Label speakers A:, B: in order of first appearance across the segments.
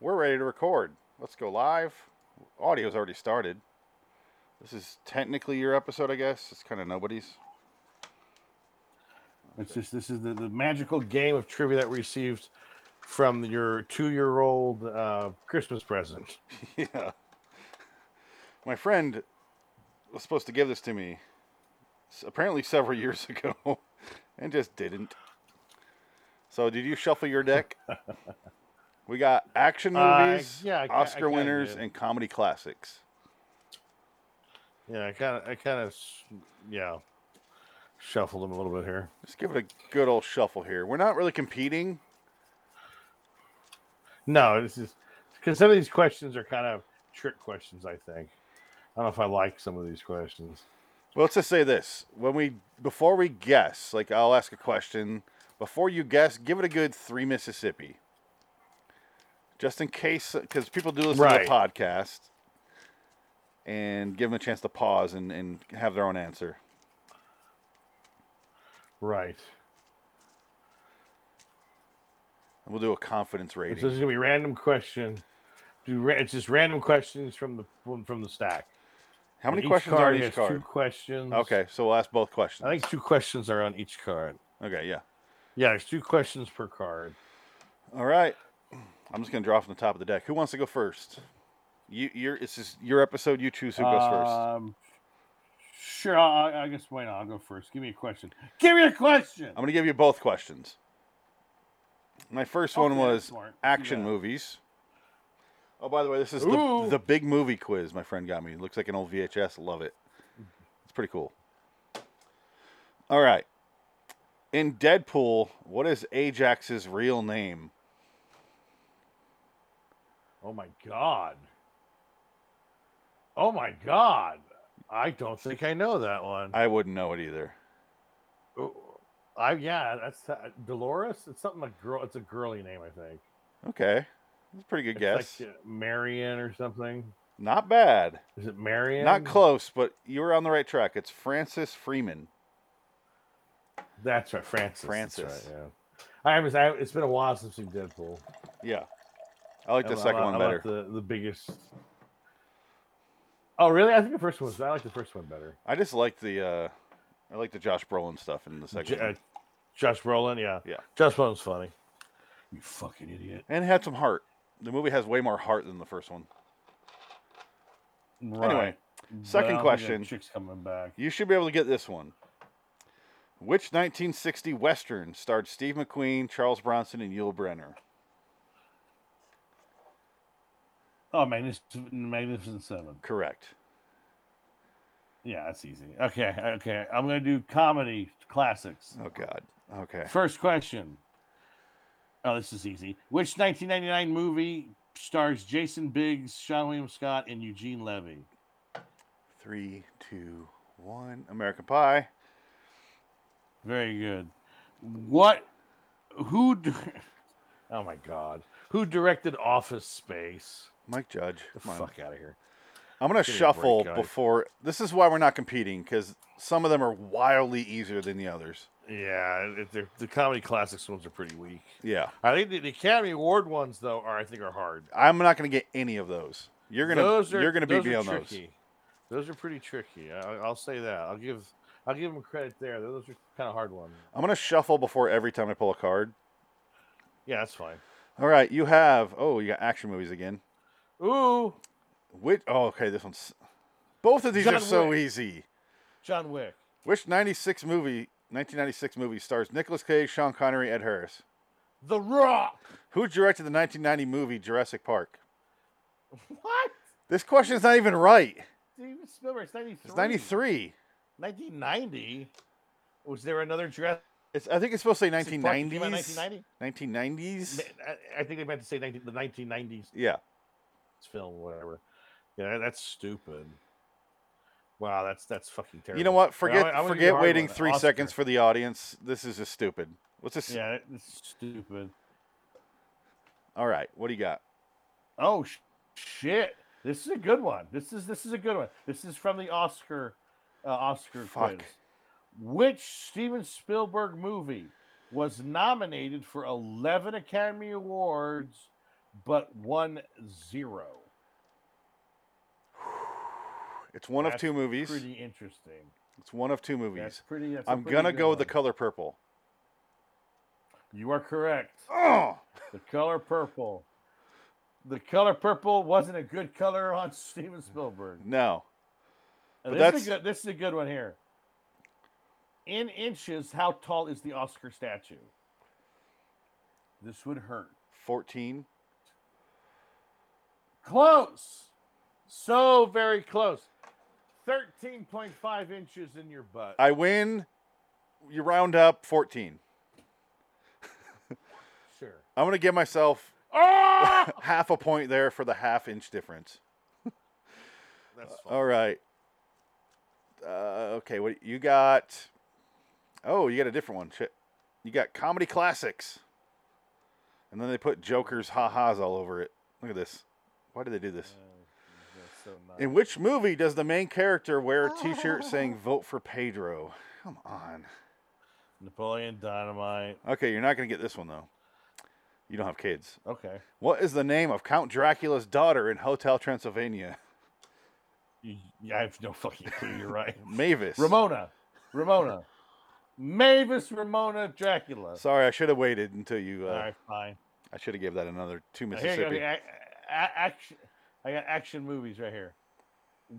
A: We're ready to record. Let's go live. Audio's already started. This is technically your episode, I guess. It's kind of nobody's.
B: It's just this is the, the magical game of trivia that we received from your two year old uh, Christmas present.
A: yeah. My friend was supposed to give this to me s- apparently several years ago and just didn't. So, did you shuffle your deck? we got action
B: Uh,
A: movies,
B: yeah, I ca- I
A: Oscar
B: kinda
A: winners,
B: did.
A: and comedy classics.
B: Yeah, I kind of, I kind of, yeah, shuffled them a little bit here.
A: Let's give it a good old shuffle here. We're not really competing.
B: No, this is because some of these questions are kind of trick questions. I think I don't know if I like some of these questions.
A: Well, let's just say this: when we before we guess, like I'll ask a question. Before you guess, give it a good three Mississippi, just in case, because people do listen to
B: Right.
A: the podcast, and give them a chance to pause and, and have their own answer.
B: Right.
A: And we'll do a confidence
B: So this
A: rating.
B: is gonna be random question. Do ra- it's just random questions from the from- from the stack.
A: How many
B: Each
A: questions are on
B: has
A: each
B: Two
A: card?
B: questions.
A: Okay, so we'll ask both questions.
B: I think two questions are on each card.
A: okay, yeah.
B: Yeah, there's two questions per card.
A: All right. I'm just gonna draw from the top of the deck. Who wants to go first? You, your, it's just your episode. You choose who goes first.
B: Um, sure, I, I- I guess why not? I'll go first. Give me a question. Give me a question.
A: I'm gonna give you both questions. My first one
B: Okay,
A: was
B: smart. Do
A: action
B: that.
A: movies. Oh, by the way, this is the,
B: Ooh.
A: the big movie quiz my friend got me. It looks like an old VHS. Love it. It's pretty cool. All right. In Deadpool, what is Ajax's real name?
B: Oh my god. Oh my god. I don't think I know that one.
A: I wouldn't know it either.
B: Oh, I, yeah, that's uh, Dolores. It's something like girl. It's a girly name, I think.
A: Okay, that's a pretty good
B: It's
A: guess.
B: like uh, Marion or something.
A: Not bad.
B: Is it Marion?
A: Not close, but you were on the right track. It's Francis Freeman.
B: That's right, Francis. that's
A: Francis.
B: right, yeah. I haven't. I, it's been a while since we've seen Deadpool.
A: Yeah, I like the
B: I'm- I'm
A: second
B: not-
A: one
B: I'm
A: better.
B: not The, the biggest. Oh really? I think the first one was. I like the first one better.
A: I just like the uh I like the Josh Brolin stuff in the second.
B: J- uh,
A: one.
B: Josh Brolin, yeah.
A: Yeah.
B: Josh Brolin's funny. You fucking idiot.
A: And it had some heart. The movie has way more heart than the first one.
B: Right.
A: Anyway, second
B: Well,
A: question.
B: yeah, Chick's coming back.
A: You should be able to get this one. Which 1960 western starred Steve McQueen, Charles Bronson, and Yul Brenner?
B: Oh, Magnificent, Magnificent Seven.
A: Correct.
B: Yeah, that's easy. Okay, okay. I'm gonna do comedy classics.
A: Oh God. Okay.
B: First question. Oh, this is easy. Which 1999 movie stars Jason Biggs, Sean William Scott, and Eugene Levy?
A: Three, two, one. American Pie.
B: Very good. What? Who? d- Oh my God! Who directed Office Space?
A: Mike Judge.
B: The
A: Come on.
B: fuck out of here!
A: I'm gonna
B: Give me a break,
A: shuffle
B: guys.
A: before. This is why we're not competing because some of them are wildly easier than the others.
B: Yeah, it- they're- the comedy classics ones are pretty weak.
A: Yeah.
B: I think the, the Academy Award ones, though, are I think are hard.
A: I'm not gonna get any of those. You're gonna you're gonna beat me on those.
B: those. Those are pretty tricky. I, I'll say that. I'll give I'll give them credit there. Those are kind of hard ones.
A: I'm gonna shuffle before every time I pull a card.
B: Yeah, that's fine.
A: All right, you have oh you got action movies again.
B: Ooh,
A: Which oh okay this one's both of these are
B: John
A: so
B: Wick.
A: easy.
B: John Wick.
A: Which 96 movie 1996 movie stars Nicolas Cage, Sean Connery, Ed Harris?
B: The Rock.
A: Who directed the 1990 movie Jurassic Park?
B: What?
A: This question's not even right.
B: Steven Spielberg's 93.
A: It's 93.
B: 1990. Was there another Jurassic
A: It's I think it's supposed to say
B: Park that came out in
A: 1990s.
B: 1990?
A: 1990s.
B: I- I think they meant to say 19, the 1990s
A: Yeah.
B: film, or whatever. Yeah, that's stupid. Wow, that's that's fucking terrible.
A: You know what?
B: I-
A: Forget
B: I wanna do the
A: forget
B: hard
A: waiting
B: one,
A: three
B: Oscar.
A: seconds for the audience. This is just stupid. What's this?
B: Yeah, that- that's stupid.
A: All right. What do you got?
B: Oh sh- shit! This is a good one. This is this is a good one. This is from the Oscar, uh, Oscar
A: Fuck.
B: quiz. Which Steven Spielberg movie was nominated for eleven Academy Awards but one zero.
A: It's one of
B: That's
A: two movies.
B: Pretty interesting.
A: It's one of two
B: That's
A: movies.
B: pretty. That's a
A: I'm
B: pretty
A: gonna
B: good
A: go with the
B: one.
A: color purple.
B: You are correct.
A: Oh,
B: The color purple. The color purple wasn't a good color on Steven Spielberg.
A: no.
B: Uh,
A: But
B: this, is a
A: that's-
B: good, this is a good one here. In inches, how tall is the Oscar statue? This would hurt.
A: 14.
B: Close. So very close. 13.5 inches in your butt.
A: I win. You round up 14.
B: sure.
A: I'm gonna give myself
B: Oh!
A: half a point there for the half inch difference.
B: That's fine.
A: All right. Uh, okay, what you got? Oh, you got a different one. Shit. You got comedy classics, and then they put Joker's ha ha's all over it. Look at this. Why did they do this?
B: Oh, That's so nice.
A: In which movie does the main character wear a T-shirt saying "Vote for Pedro"? Come on.
B: Napoleon Dynamite.
A: Okay, you're not gonna get this one though. You don't have kids.
B: Okay.
A: What is the name of Count Dracula's daughter in Hotel Transylvania?
B: You, yeah, I have no fucking clue. You're right.
A: Mavis.
B: Ramona. Ramona. Mavis Ramona Dracula.
A: Sorry, I should have waited until you. Uh,
B: All right, fine.
A: I should have gave that another two
B: Now, Here you go.
A: Mississippi.
B: Here, a- a- action. I got action movies right here.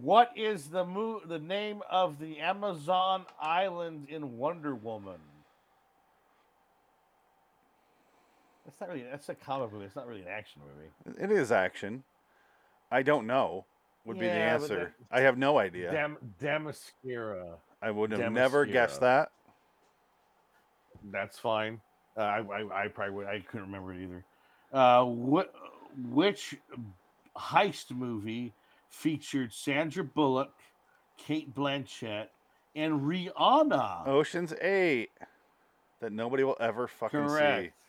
B: What is the mo- the name of the Amazon island in Wonder Woman? That's not really. That's a comic movie. It's not really an action movie.
A: It is action. I don't know. Would be the
B: Yeah, but
A: answer. I have no idea.
B: Dam- Damascira.
A: I would have never guessed
B: Damascira.
A: that.
B: That's fine. Uh, I, I I probably would. I couldn't remember it either. Uh, what which heist movie featured Sandra Bullock, Kate Blanchett, and Rihanna?
A: Ocean's Eight, that nobody will ever fucking
B: Correct.
A: see.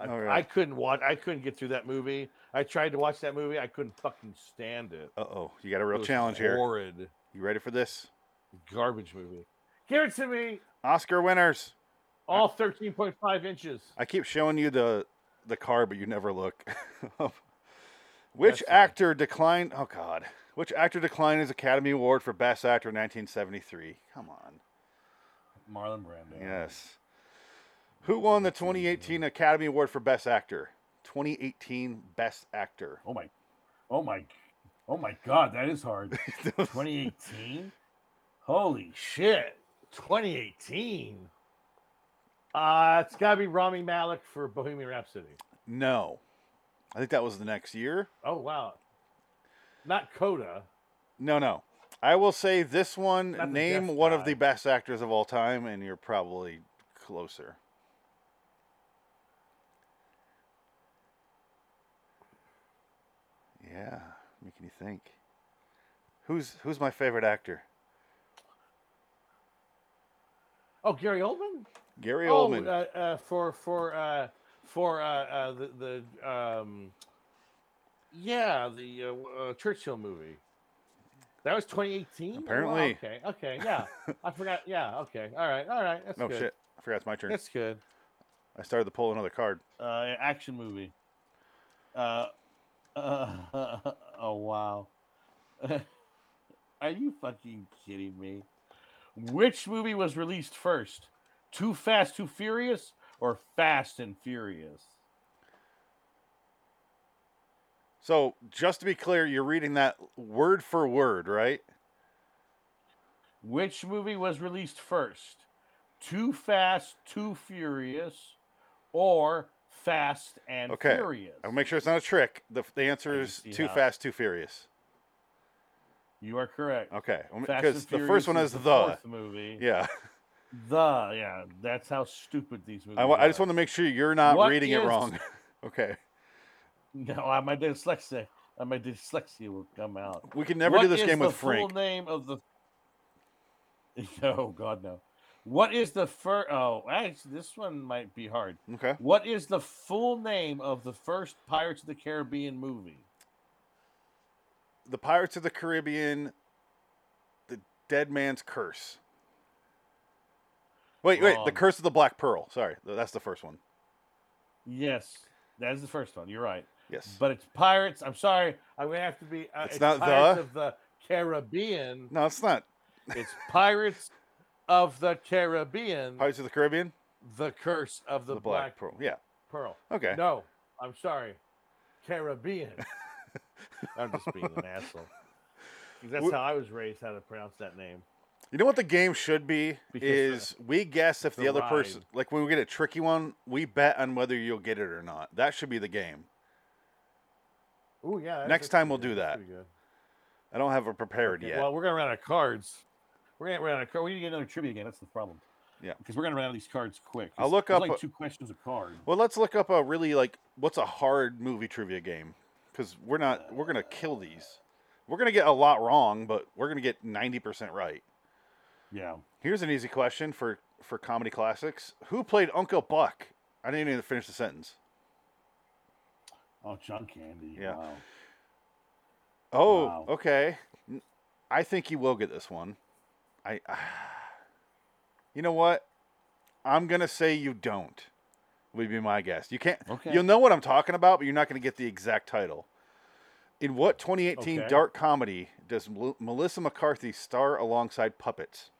A: All
B: I
A: right.
B: couldn't watch. I couldn't get through that movie. I tried to watch that movie. I couldn't fucking stand it.
A: Uh oh, you got a
B: It
A: real
B: was
A: challenge here.
B: Horrid
A: You ready for this?
B: garbage movie. Give it to me.
A: Oscar winners.
B: All thirteen point five inches.
A: I keep showing you the the car, but you never look. Which
B: That's fine.
A: actor declined? Oh God! Which actor declined his Academy Award for Best Actor in 1973? Come on.
B: Marlon Brando.
A: Yes. Who won the 2018 Academy Award for Best Actor? 2018 Best Actor.
B: Oh my. Oh my. Oh my God, that is hard. 2018. Holy shit. 2018. Uh, it's gotta be Rami Malik for Bohemian Rhapsody.
A: no. I think that was the next year.
B: Oh wow. Not Coda.
A: No, no. I will say this one.
B: Not the
A: name
B: Death
A: one of
B: Guy.
A: the best actors of all time, and you're probably closer. Yeah, making you think. Who's who's my favorite actor?
B: Oh, Gary Oldman.
A: Gary
B: oh,
A: Oldman.
B: Uh, uh, for for uh, for uh, uh, the the um, yeah, the uh, w- uh, Churchill movie. That was 2018.
A: Apparently.
B: okay. Okay. Yeah. I forgot. Yeah. Okay. All right. All right. That's
A: no
B: good.
A: shit. I forgot it's my turn.
B: That's good.
A: I started to pull another card.
B: Uh, action movie. Uh, uh, oh wow. Are you fucking kidding me? Which movie was released first? Too Fast, Too Furious, or Fast and Furious?
A: So, just to be clear, you're reading that word for word, right?
B: Which movie was released first? Too Fast, Too Furious, or Fast and
A: Okay,
B: Furious?
A: I'll make sure it's not a trick. The, the
B: I
A: answer
B: can
A: is
B: see
A: too
B: how-
A: fast, too furious.
B: you are correct.
A: Okay,
B: Fast and
A: because the
B: Furious
A: first one is the.
B: fourth movie.
A: Yeah,
B: The yeah, that's how stupid these movies.
A: I, wa- I just
B: are.
A: want to make sure you're not
B: What
A: reading it
B: is-
A: wrong. okay,
B: No, I, my dyslexia, uh, my dyslexia will come out.
A: we can never
B: What
A: do this
B: is
A: game
B: the
A: with Frank.
B: Full name of the. No, God no. What is the first? Oh, actually, this one might be hard.
A: Okay,
B: What is the full name of the first Pirates of the Caribbean movie?
A: the Pirates of the Caribbean, the Dead Man's Curse. Wait, wait,
B: Wrong. Um,
A: the Curse of the Black Pearl. Sorry, th- that's the first one.
B: Yes,
C: That is the first one. You're right.
A: Yes.
C: But it's Pirates. I'm sorry. I'm going to have to be. Uh,
A: It's not the-
C: Pirates of the Caribbean.
A: no, it's not.
C: It's Pirates of the Caribbean.
A: Pirates of the Caribbean?
C: The Curse of the, Black,
A: Pearl. Yeah.
C: Pearl.
A: Okay.
C: No, I'm sorry. Caribbean. I'm just being an asshole. 'Cause That's
A: Wh-
C: how I was raised how to pronounce that name.
A: You know what the game should be
C: Because
A: is we guess if
C: the
A: the other
C: ride.
A: person, like when we get a tricky one, we bet on whether you'll get it or not. That should be the game.
C: Oh yeah. that's-
A: Next
C: that's
A: time
C: pretty
A: we'll
C: good.
A: do
C: That's
A: that.
C: pretty good.
A: I don't have it prepared
C: Okay,
A: yet.
C: Well, we're gonna run out of cards. We're gonna run out of cards. We need to get another trivia game. That's the problem.
A: Yeah.
C: Because we're gonna run out of these cards quick.
A: I'll
C: It's-
A: look
C: there's
A: up
C: like
A: a-
C: two questions a card.
A: well, let's look up a really like what's a hard movie trivia game because we're not we're gonna kill these. We're gonna get a lot wrong, but we're gonna get ninety percent right.
C: Yeah.
A: Here's an easy question for for comedy classics: Who played Uncle Buck? I didn't even finish the sentence.
C: Oh, John Candy.
A: Yeah.
C: Wow.
A: Oh,
C: Wow.
A: okay. N- I think you will get this one. I. you know what? I'm gonna say you don't. Would be my guess. You can't.
C: Okay.
A: You'll know what I'm talking about, but you're not gonna get the exact title. In what 2018
C: Okay.
A: dark comedy does Mel- Melissa McCarthy star alongside puppets?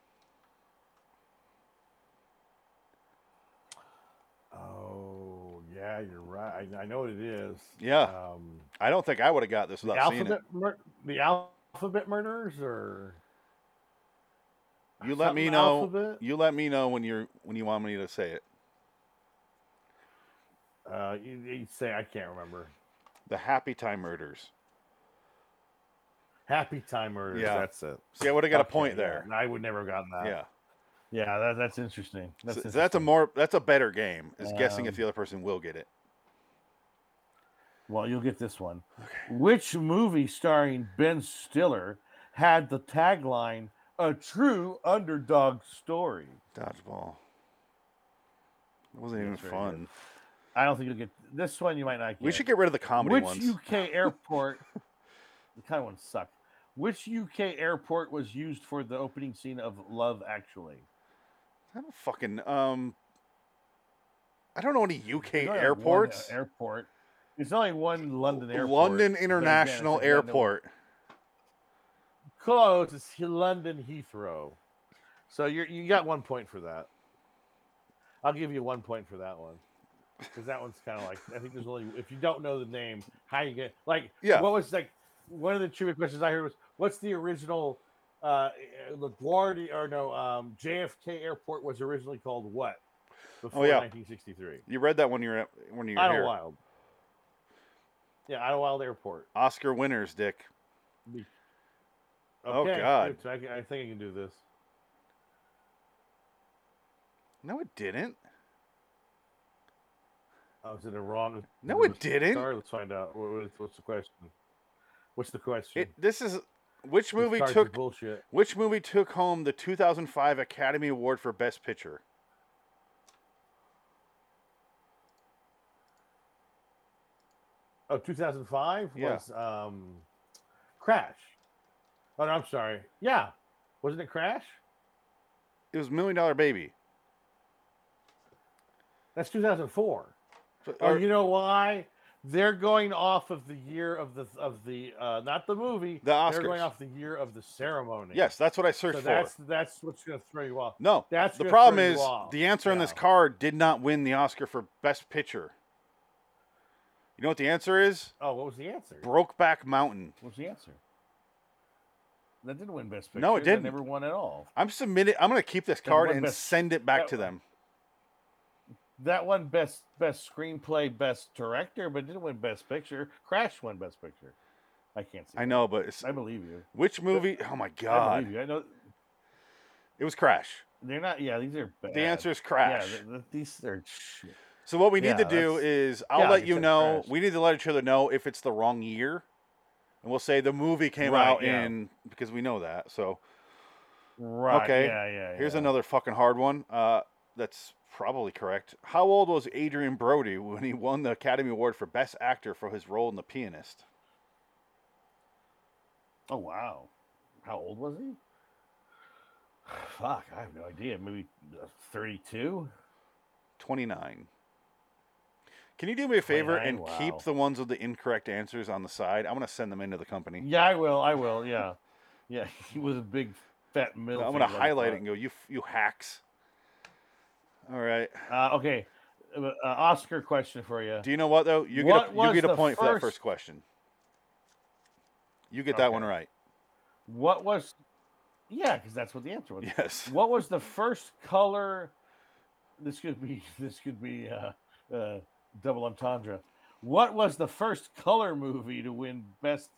C: Oh yeah, you're right. I, I know what it is.
A: Yeah.
C: Um,
A: I don't think I would have got this
C: the
A: without seeing it.
C: alphabet, mur- the alphabet murderers, or
A: You let
C: something
A: me know.
C: Alphabet?
A: You let me know when you're when you want me to say it.
C: Uh, you, you say I can't remember.
A: The Happy Time Murders.
C: Happy Time Murders.
A: Yeah.
C: That's it.
A: See, I would have got a
C: Okay,
A: point
C: yeah,
A: there.
C: I would never have gotten that.
A: yeah.
C: Yeah, that, that's interesting.
A: So-
C: That's,
A: so that's a
C: interesting.
A: more that's a better game is guessing if
C: Um,
A: the other person will get it.
C: Well, you'll get this one. Which movie starring Ben Stiller had the tagline "A True Underdog Story"?
A: Dodgeball. It wasn't even
C: That's very good.
A: fun.
C: I don't think you'll get this one. You might not get.
A: We should get rid of the comedy
C: Which
A: ones.
C: UK airport? the kind of ones suck. Which UK airport was used for the opening scene of Love Actually?
A: I don't fucking um. I don't know any UK
C: There's only one
A: airports.
C: Airport. There's only one London airport.
A: London
C: but again,
A: International
C: it's like London-
A: Airport.
C: Close. It's London Heathrow. So you you got one point for that. I'll give you one point for that one because that one's kind of like I think there's only if you don't know the name how you get like
A: Yeah.
C: what was like one of the trivia questions I heard was what's the original uh LaGuardia or no um JFK Airport was originally called what before
A: Oh, yeah.
C: 1963
A: You read that when you're at, when you're here.
C: Idlewild yeah Idlewild Airport
A: Oscar winners, Dick. Oh,
C: Okay,
A: God.
C: good. I, can- I think I can do this
A: No, it didn't.
C: Oh, is it a wrong?
A: No,
C: was
A: it didn't.
C: Star? Let's find out. What- What's, what's the question? What's the question?
A: It, this is which
C: It
A: movie
C: starts with
A: took
C: bullshit.
A: which movie took home the 2005 Academy Award for Best Picture?
C: Oh, 2005
A: Yeah.
C: was um, Crash. Oh, no, I'm sorry. Yeah, wasn't it Crash?
A: It was Million Dollar Baby.
C: That's 2004.
A: But-
C: Oh,
A: or-
C: you know why? They're going off of the year of the of the uh, not the movie.
A: The
C: They're going
A: Oscars.
C: off the year of the ceremony.
A: yes, that's what I searched
C: So
A: for.
C: that's that's what's going to throw you off.
A: No,
C: That's
A: the
C: gonna
A: problem
C: throw you
A: is
C: off.
A: the answer on this
C: Yeah.
A: card did not win the Oscar for Best Picture. You know what the answer is?
C: Oh, what was the answer?
A: Brokeback Mountain.
C: What's the answer? That didn't win Best Picture.
A: No, it didn't.
C: That never won at all.
A: I'm submitting. I'm gonna keep this
C: Then
A: card
C: what
A: and
C: best-
A: send it back
C: that-
A: to them.
C: That won Best Best Screenplay, Best Director, but didn't win Best Picture. Crash won Best Picture. I can't see.
A: I
C: that.
A: know, but it's,
C: I believe you.
A: which movie? Oh my
C: I
A: god!
C: believe you. I know
A: It was Crash.
C: they're not. Yeah, these are bad.
A: The answer is
C: Yeah,
A: Crash.
C: th- th- these are shit.
A: so what we need to
C: yeah,
A: do
C: that's-
A: is I'll
C: yeah,
A: let
C: you
A: you
C: said
A: know.
C: Crash.
A: We need to let each other know if it's the wrong year, and we'll say the movie came
C: Right,
A: out
C: yeah.
A: in because we know that. So
C: Right.
A: Okay,
C: Yeah, yeah.
A: Here's
C: yeah.
A: another fucking hard one. Uh, that's probably correct. How old was Adrian Brody when he won the Academy Award for Best Actor for his role in The Pianist?
C: Oh wow. How old was he? Fuck, I have uh, no idea. Maybe thirty-two.
A: 29. Can you do me a favor
C: 29,
A: and keep
C: wow.
A: the ones with the incorrect answers on the side? I'm gonna send them into the company.
C: Yeah, I will. I will. Yeah, yeah. He was a big fat middle.
A: I'm gonna highlight it and go, you f- you hacks. All right.
C: Uh, okay, uh, uh, Oscar question for you.
A: Do you know what though? You
C: What
A: get a, you
C: was
A: get a
C: the
A: point for that
C: first-
A: first question. You get that one
C: Okay.
A: right.
C: What was? Yeah, because that's what the answer was.
A: Yes.
C: What was the first color? This could be. This could be uh, uh, double entendre. What was the first color movie to win Best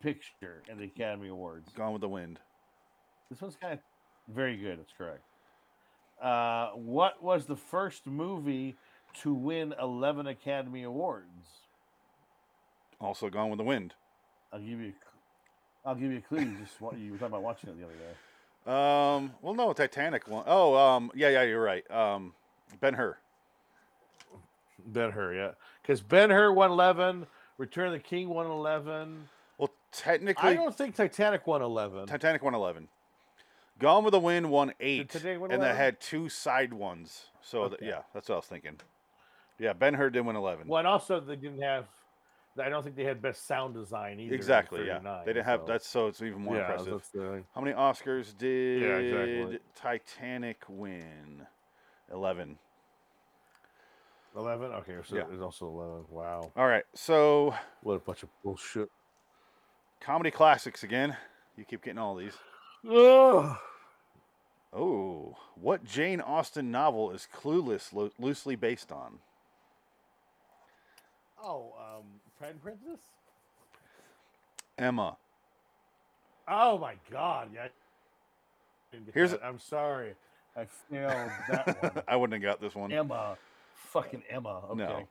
C: Picture in the Academy Awards?
A: Gone with the wind.
C: This one's kind of very good. That's correct. Uh, what was the first movie to win 11 Academy Awards?
A: Also gone with the wind.
C: I'll give you. I'll give you a clue. You just wa- you were talking about watching it the other day.
A: Um. Well, no, Titanic one. Oh. Um. Yeah. Yeah. You're right. Um. Ben Hur.
C: Ben Hur, yeah, because Ben Hur won 11. Return of the King won 11.
A: Well,
C: I
A: technically,
C: don't think Titanic won 11.
A: Titanic won eleven. Gone with the Wind won eight,
C: Titanic win
A: and that
C: 11?
A: had two side ones. So th-
C: Okay.
A: yeah, that's what I was thinking. Yeah, Ben Hur did win eleven.
C: Well, and also they didn't have. I don't think they had best sound design either. in
A: exactly. Yeah,
C: 39,
A: they didn't have.
C: so-
A: That's so it's even more
C: yeah,
A: impressive.
C: that's the-
A: How many Oscars did
C: exactly.
A: Titanic win? Eleven.
C: 11. Okay, so
A: Yeah.
C: it's also 11. Wow,
A: All right. So
C: what a bunch of bullshit.
A: comedy classics again. You keep getting all these.
C: Ugh.
A: Oh, what Jane Austen novel is Clueless lo- loosely based on?
C: Oh, um, Pride and Princess?
A: Emma.
C: Oh my god, yeah. I didn't get
A: Here's
C: that. I'm sorry. I failed that one.
A: I wouldn't have got this one.
C: Emma. Fucking Emma. Okay.
A: No.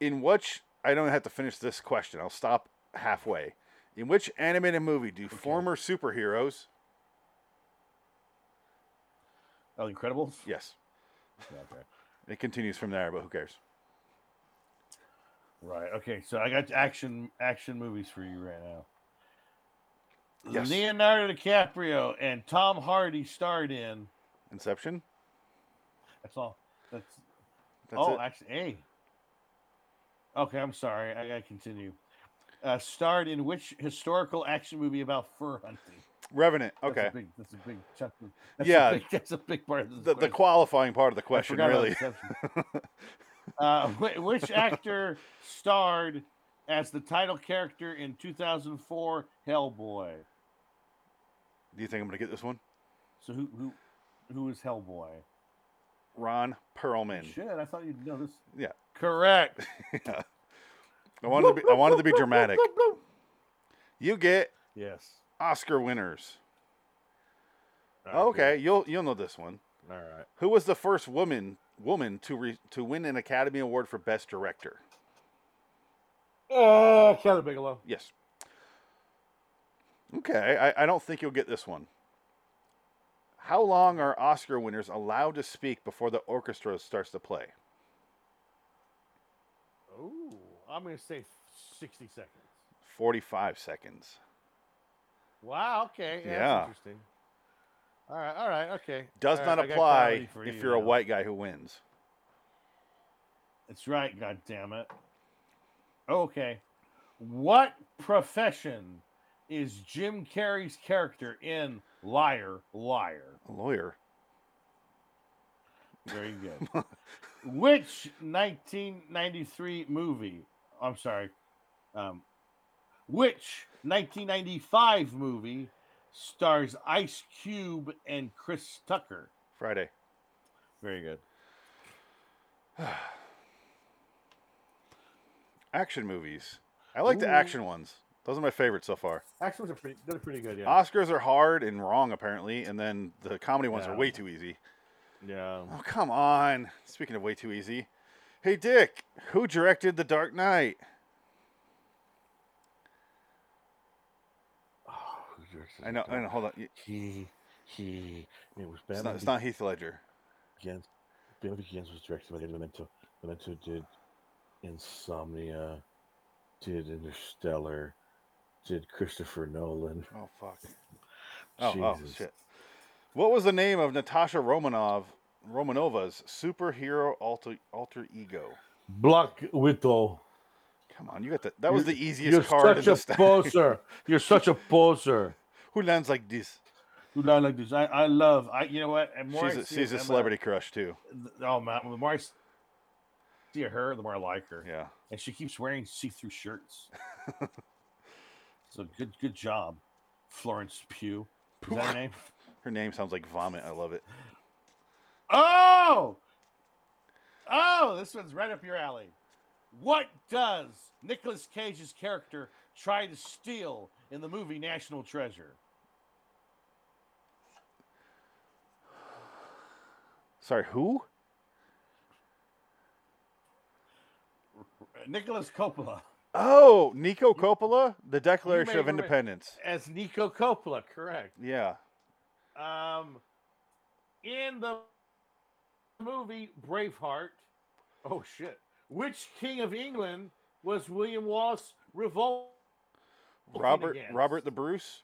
A: In which I don't have to finish this question. I'll stop halfway. In which animated movie do former superheroes?
C: Oh, The Incredibles?
A: Yes,
C: Yeah, okay.
A: it continues from there, but who cares?
C: Right. Okay, so I got action action movies for you right now.
A: Yes.
C: Leonardo DiCaprio and Tom Hardy starred in
A: Inception.
C: that's all. That's
A: That's
C: oh,
A: it.
C: actually, hey. Okay, I'm sorry. I gotta continue. Uh, starred in which historical action movie about fur hunting?
A: Revenant.
C: That's
A: okay.
C: a big, that's a big chunk. Of, that's
A: Yeah.
C: A big, that's a big part of this
A: The, the
C: question.
A: qualifying part of the
C: I
A: question,
C: forgot about
A: really.
C: Inception. uh, whi- which actor starred as the title character in 2004 Hellboy?
A: Do you think I'm going to get this one?
C: So who who who is Hellboy?
A: Ron Perlman.
C: Shit, I thought you'd know this.
A: Yeah.
C: Correct.
A: Yeah. I wanted to be. I wanted to be dramatic. You get
C: yes.
A: Oscar winners.
C: All right,
A: Okay, you'll you'll know this one.
C: good. All right.
A: Who was the first woman woman to re, to win an Academy Award for Best Director?
C: Uh, Kelly Bigelow.
A: Yes. Okay, I, I don't think you'll get this one. How long are Oscar winners allowed to speak before the orchestra starts to play?
C: Ooh, I'm gonna say 60 seconds.
A: Forty-five seconds.
C: Wow. Okay. Yeah.
A: Yeah.
C: That's interesting. All right. All right. Okay.
A: Does
C: All right,
A: not
C: Uh, I got
A: apply
C: comedy for
A: if
C: you
A: you're a
C: now.
A: white guy who wins.
C: That's right. God damn it. Okay. What profession is Jim Carrey's character in Liar Liar?
A: A lawyer.
C: Very good. Which 1993 movie? I'm sorry. Um, which 1995 movie stars Ice Cube and Chris Tucker?
A: Friday.
C: Very good.
A: Action movies. I like the
C: Ooh.
A: action ones. Those are my favorites so far.
C: Actually, those are pretty. Those are pretty good. Yeah.
A: Oscars are hard and wrong apparently, and then the comedy ones are
C: Yeah.
A: way too easy.
C: yeah.
A: Oh come on! Speaking of way too easy, hey Dick, who directed The Dark Knight?
B: Oh,
A: I know. I know. Hold on. y-
C: He he. It was
A: It's not, it's not Heath Ledger.
D: Begins. Batman Begins was directed by David Memento. Memento did Insomnia, did Interstellar, did Christopher Nolan.
A: Oh fuck. Oh, oh
D: Jesus.
A: shit. What was the name of Natasha Romanov Romanova's superhero alter alter ego?
E: Black Widow.
A: Come on, you got the, that was
E: You're-
A: the easiest card
E: You're
A: in the
E: such a
A: stack.
E: poser. You're such a poser.
A: Who lands like this?
B: Who lie like this? I, I love. I you know what? And more
A: She's
B: I
A: a,
B: see
A: she's
B: it,
A: a
B: I'm
A: celebrity crush too.
B: th- oh man, the more I s- see her, the more I like her.
A: Yeah.
B: And she keeps wearing see-through shirts. so good, good job, Florence Pugh. Is that her name?
A: Her name sounds like vomit. I love it.
B: Oh, oh, this one's right up your alley. What does Nicolas Cage's character try to steal in the movie National Treasure?
A: Sorry, who?
B: Nicholas Uh, Coppola
A: Oh, Nico Coppola, The
B: may
A: Declaration of
B: remember-
A: Independence.
B: as Nico Coppola, correct?
A: Yeah.
B: Um, in the movie Braveheart, oh shit, which king of England was William Wallace revolt?
A: Robert
B: against?
A: Robert the Bruce?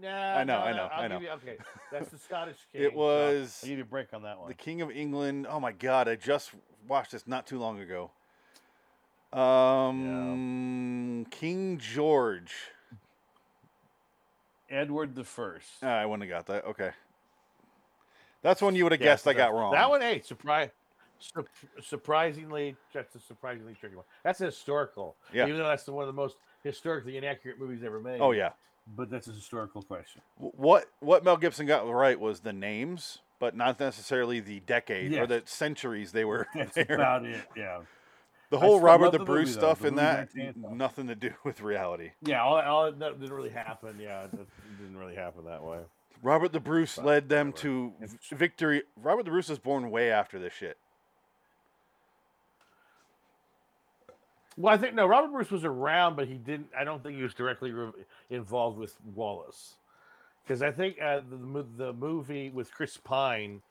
B: No,
A: I know,
B: no,
A: I
B: no,
A: know,
B: I'll
A: I know.
B: give You, okay, that's the Scottish king.
A: It was
B: I'll give you a break on that one.
A: the King of England. Oh my god, I just watched this not too long ago. Um King George.
B: Edward the First.
A: Ah, I wouldn't have got that. Okay. That's one you would have
B: Yeah,
A: guessed
B: so
A: I got wrong.
B: That one, hey, surprise, su- surprisingly, that's a surprisingly tricky one. That's a historical.
A: Yeah.
B: Even though that's the- one of the most historically inaccurate movies ever made.
A: Oh yeah.
B: But that's a historical question.
A: Wh- What what Mel Gibson got right was the names, but not necessarily the decade or
B: Yes.
A: the centuries they were
B: That's
A: there.
B: about it. Yeah.
A: The whole
B: still
A: Robert
B: love
A: the,
B: the
A: Bruce
B: movie, though.
A: stuff
B: The
A: in
B: movie
A: that,
B: entertained
A: n-
B: stuff.
A: nothing to do with reality.
B: Yeah. All, all that didn't really happen. Yeah. That didn't really happen that way.
A: Robert the Bruce
B: But
A: led them
B: whatever.
A: to
B: It's-
A: v- victory. Robert the Bruce was born way after this shit.
B: Well, I think no. Robert Bruce was around, but he didn't. I don't think he was directly re- involved with Wallace, because I think uh, the mo- the movie with Chris Pine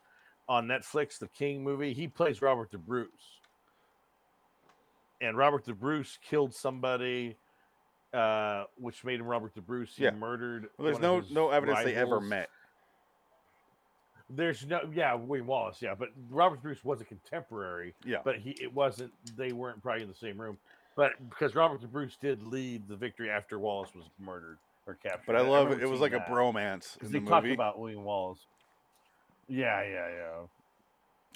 B: on Netflix, the King movie, he plays Robert the Bruce, and Robert the Bruce killed somebody, uh, which made him Robert the Bruce. He
A: Yeah.
B: murdered.
A: Well, there's
B: one of
A: no
B: his
A: no evidence they ever
B: rivals.
A: met.
B: There's no yeah, William Wallace, yeah, but Robert Bruce was a contemporary.
A: Yeah.
B: But he it wasn't they weren't probably in the same room. But because Robert the Bruce did lead the victory after Wallace was murdered or captured.
A: But I love it.
B: remember
A: It was
B: seeing
A: like
B: that,
A: a bromance
B: 'cause
A: in
B: they
A: the
B: talked
A: movie.
B: about William Wallace. Yeah, yeah, yeah.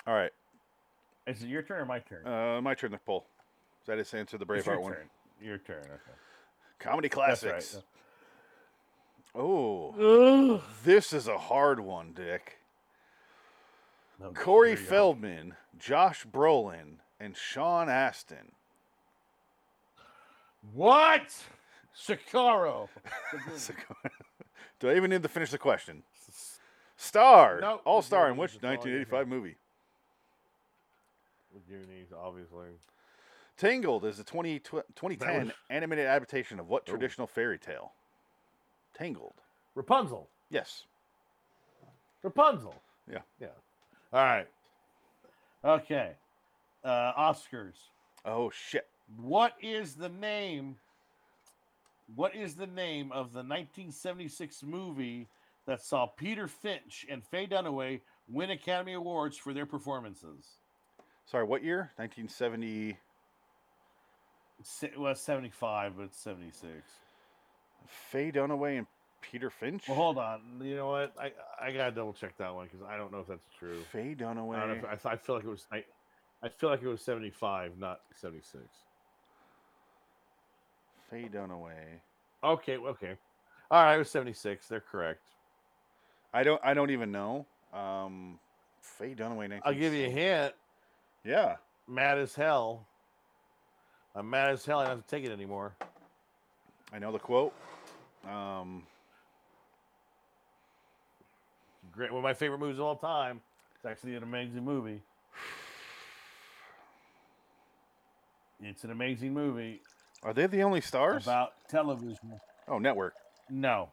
A: All right,
B: Is it your turn or my turn?
A: uh, my turn to pull. So I just answered the
B: It's your
A: Braveheart one.
B: turn. Your turn. Okay.
A: Comedy
B: That's
A: classics.
B: right.
A: Oh,
B: Ugh.
A: this is a hard one, Dick.
B: No,
A: Corey
B: here you go.
A: Feldman, Josh Brolin, and Sean Astin.
B: What? Sicaro.
A: Do I even need to finish the question? Star,
B: Nope,
A: all
B: we do
A: star in
B: need
A: which
B: to follow you here.
A: 1985 movie?
E: With Goonies, obviously.
A: Tangled is the 20, tw- 2010
E: was-
A: animated adaptation of what
E: Oh.
A: traditional fairy tale? Tangled.
B: Rapunzel.
A: Yes.
B: Rapunzel.
A: Yeah.
B: Yeah. All right. Okay. Uh, Oscars.
A: Oh shit.
B: What is the name? What is the name of the 1976 movie that saw Peter Finch and Faye Dunaway win Academy Awards for their performances?
A: Sorry, what year? 1970.
B: Se- Well, it's 75, but it's 76.
A: Faye Dunaway and Peter Finch.
B: Well, hold on. You know what? I I gotta double check that one because I don't know if that's true.
A: Faye
B: I, don't know
A: Dunaway.
B: if, I, th- I feel like it was I, I feel like it was 75, not 76.
A: Faye Dunaway.
B: Okay, okay. All right, it was 76. They're correct.
A: I don't. I don't even know. Um, Faye Dunaway. 1970.
B: I'll give you a hint.
A: Yeah.
B: Mad as hell. I'm mad as hell. I don't have to take it anymore.
A: I know the quote. Um,
B: Great. One of my favorite movies of all time. It's actually an amazing movie. It's an amazing movie
A: are they the only stars?
B: about television.
A: oh, Network.
B: No.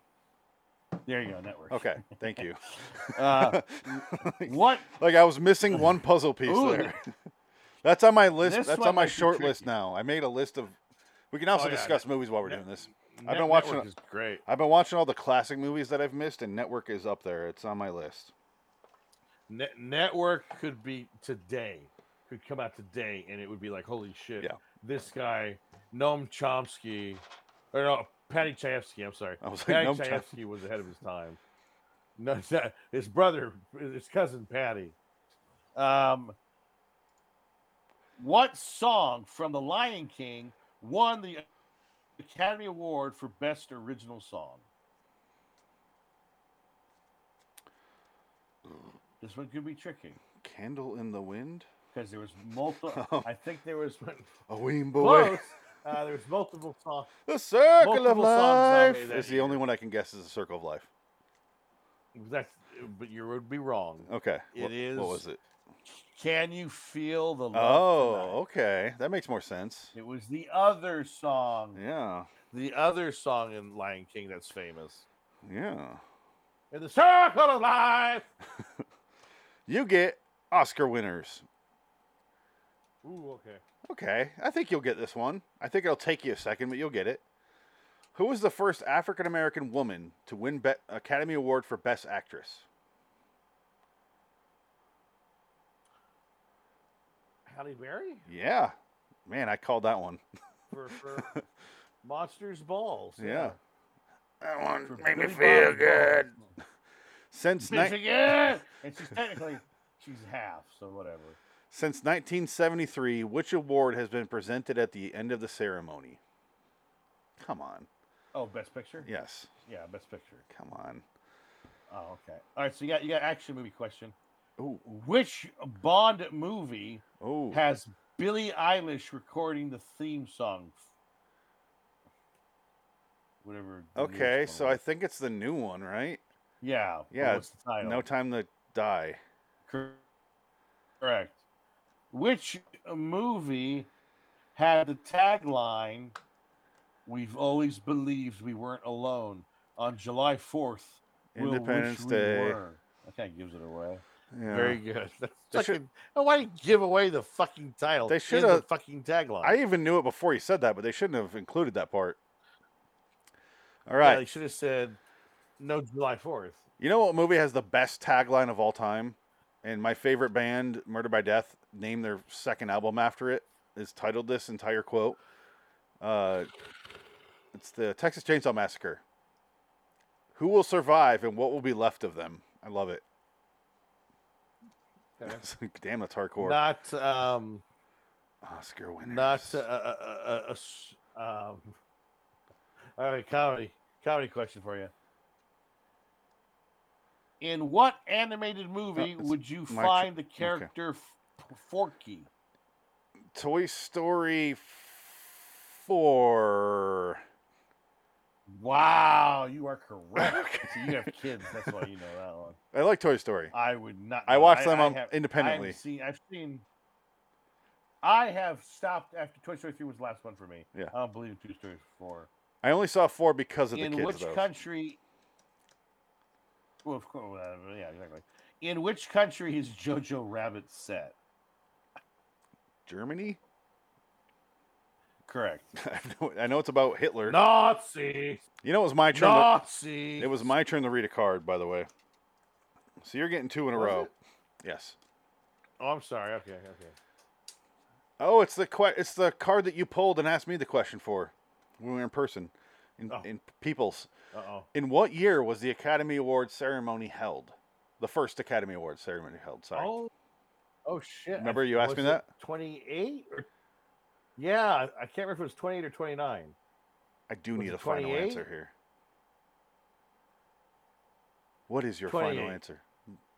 B: There you go, network.
A: Okay, thank you.
B: Uh, what?
A: Like I was missing one puzzle piece
B: Ooh,
A: there. That's on my list.
B: this
A: That's
B: one
A: on my
B: might be
A: short list
B: tricky. Oh,
A: now. I made a list of. We can also
B: yeah,
A: discuss movies while we're
B: Net-
A: doing this.
B: Net-
A: been watching
B: Network
A: a-
B: is great.
A: I've been watching all the classic movies that I've missed, and Network is up there. It's on my list.
B: Net- network could be today. could come out today and it would be like, holy shit,
A: Yeah.
B: this guy, Noam Chomsky, or no, Patty Chayefsky, I'm sorry.
A: I was like,
B: Patty
A: no,
B: Chayefsky was ahead of his time. No, it's not- his brother, his cousin Patty.
C: Um, what song from The Lion King won the Academy Award for Best Original Song? This one could be tricky
A: candle in the wind.
C: because there was multiple.
A: Oh.
C: I think there was
A: A wean boy.
B: Close. Uh, there's multiple songs.
A: The circle of
B: Multiple songs out
A: life.
B: there that
A: It's the
B: year.
A: only one I can guess is the circle of life.
B: That's, but you would be wrong.
A: Okay.
B: It
A: Wha- what,
B: is-
A: was it?
C: "Can You Feel the Love?" Tonight?
A: Oh, okay. That makes more sense.
C: It was the other song.
A: Yeah.
B: The other song in Lion King that's famous.
A: Yeah.
B: In the circle of life.
A: You get Oscar winners.
B: Ooh, okay.
A: Okay. I think you'll get this one. I think it'll take you a second, but you'll get it. Who was the first African American woman to win Be- Academy Award for Best Actress?
B: Halle Berry
A: Yeah. Man, I called that one.
B: for, for Monsters Balls.
A: Yeah. That one made me
C: Billy
A: feel
C: Bob's
A: good.
C: Balls.
A: Since
C: Bitch
A: ni-
C: again! And she's technically she's half, so whatever.
A: Since 1973, which award has been presented at the end of the ceremony? Come on.
C: Oh, best picture.
A: Yes.
C: yeah, best picture.
A: Come on.
C: Oh, okay. All right, so you got you got action movie question.
A: Ooh.
C: Which Bond movie
A: Ooh.
C: has Billie Eilish recording the theme song? Whatever. the newest
A: Okay,
C: one
A: so I
C: was.
A: think it's the new one, right?
C: yeah but
A: yeah,
C: What's the title?
A: No time to die.
C: Cor- Correct. Which uh, movie had the tagline "We've always believed we weren't alone"? On July fourth, we'll
A: Independence
C: wish we
A: Day.
C: were. That kind of gives it away.
A: Yeah.
B: Very good. That's
A: They should-
B: fucking, oh, why give away the fucking title?
A: They
B: in
A: shoulda-
B: the fucking tagline.
A: I even knew it before you said that, but they shouldn't have included that part. All
B: Yeah,
A: right.
B: they should have said no July Fourth.
A: You know what movie has the best tagline of all time? And my favorite band, Murder by Death, named their second album after it. Is titled this entire quote. Uh, it's the Texas Chainsaw Massacre. Who will survive and what will be left of them? I love it.
B: Okay.
A: It's like, Damn, that's hardcore.
B: Not um,
A: Oscar winners.
B: not uh, uh, uh, uh, s- um. All right, comedy, comedy question for you.
C: In what animated movie
A: Uh, it's
C: would you
A: my tr-
C: find the character F- Forky?
A: Toy Story Four.
C: Wow, you are correct. so you have kids, that's why you know that one.
A: I like Toy Story.
C: I would not.
A: I
C: know.
A: watched them on
C: have-
A: independently.
C: I've seen. I've seen. I have stopped after Toy Story three was the last one for me.
A: Yeah.
C: I don't believe in Toy Story four.
A: I only saw four because of the
C: In
A: kids,
C: which
A: though.
C: country? Well, of course, uh, yeah, exactly. In which country is Jojo Rabbit set?
A: Germany.
C: Correct.
A: I have no- I know it's about Hitler.
B: Nazi,
A: You know it was my turn. to-
B: Nazi.
A: it was my turn to read a card, by the way. So you're getting two in a
B: Was
A: row.
B: it?
A: Yes.
B: Oh, I'm sorry. Okay, okay.
A: Oh, it's the que- it's the card that you pulled and asked me the question for when we were in person, in,
B: Oh.
A: in Peoples.
B: Uh oh.
A: In what year was the Academy Awards ceremony held? The first Academy Awards ceremony held. Sorry.
B: Oh, oh shit! I
A: Remember you
B: th-
A: asked
B: was
A: me
B: it
A: that?
B: Twenty-eight or yeah, I can't remember if it was twenty-eight or twenty-nine.
A: I do
B: was
A: need
B: it
A: a final
B: 28?
A: answer here. What is your
B: 28.
A: final answer?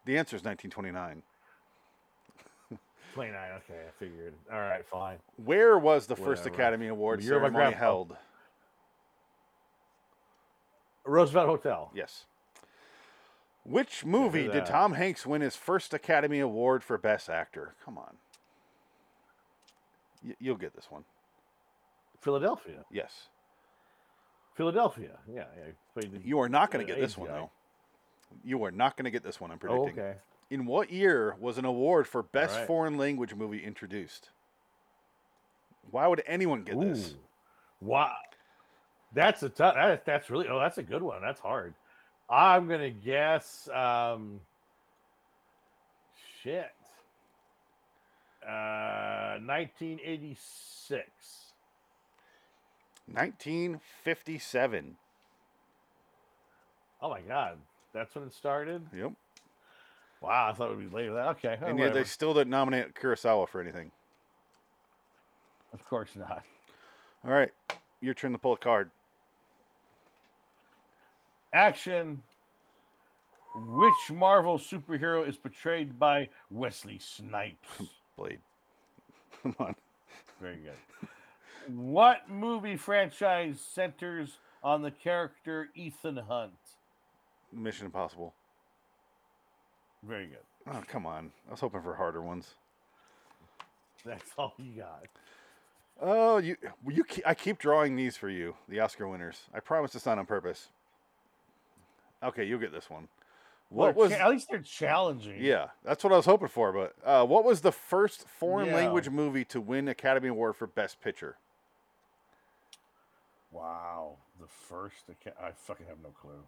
A: The answer is 1929.
B: Twenty-nine. Okay, I figured. All right, fine.
A: Where was the first
B: Whatever.
A: Academy Awards
B: You're my
A: ceremony
B: grandpa.
A: held?
B: Roosevelt Hotel.
A: Yes. Which movie did
B: that.
A: Tom Hanks win his first Academy Award for Best Actor? Come on. Y- you'll get this one.
B: Philadelphia.
A: Yes.
B: Philadelphia. Yeah, yeah. he Played the,
A: You are not going
B: Uh,
A: to get this
B: Asian
A: one,
B: guy.
A: though. You are not going to get this one, I'm
B: oh,
A: predicting.
B: okay.
A: In what year was an award for Best
B: right.
A: Foreign Language Movie introduced? Why would anyone get this?
B: Ooh. Wow. That's a tough. That, that's really. Oh, that's a good one. That's hard. I'm gonna guess. Um, shit. Uh, 1986.
A: 1957.
B: Oh my God, that's when it started.
A: Yep.
B: Wow, I thought it would be later. than that. Okay, oh,
A: and yet they
B: whatever.
A: still didn't nominate Kurosawa for anything.
C: Of course not.
A: All right. Your turn to pull a card.
C: Action. Which Marvel superhero is portrayed by Wesley Snipes?
A: Blade. Come on.
C: Very good. What movie franchise centers on the character Ethan Hunt?
A: Mission Impossible.
C: Very good.
A: Oh, come on. I was hoping for harder ones.
B: that's all you got.
A: Oh, you, you. ke- I keep drawing these for you, the Oscar winners. I promise it's not on purpose. Okay, you'll get this one. What
C: They're
A: was?
C: cha- at least they're challenging.
A: Yeah, that's what I was hoping for. But uh, what was the first foreign
C: Yeah.
A: language movie to win Academy Award for Best Picture?
C: Wow. The first Aca- I fucking have no clue.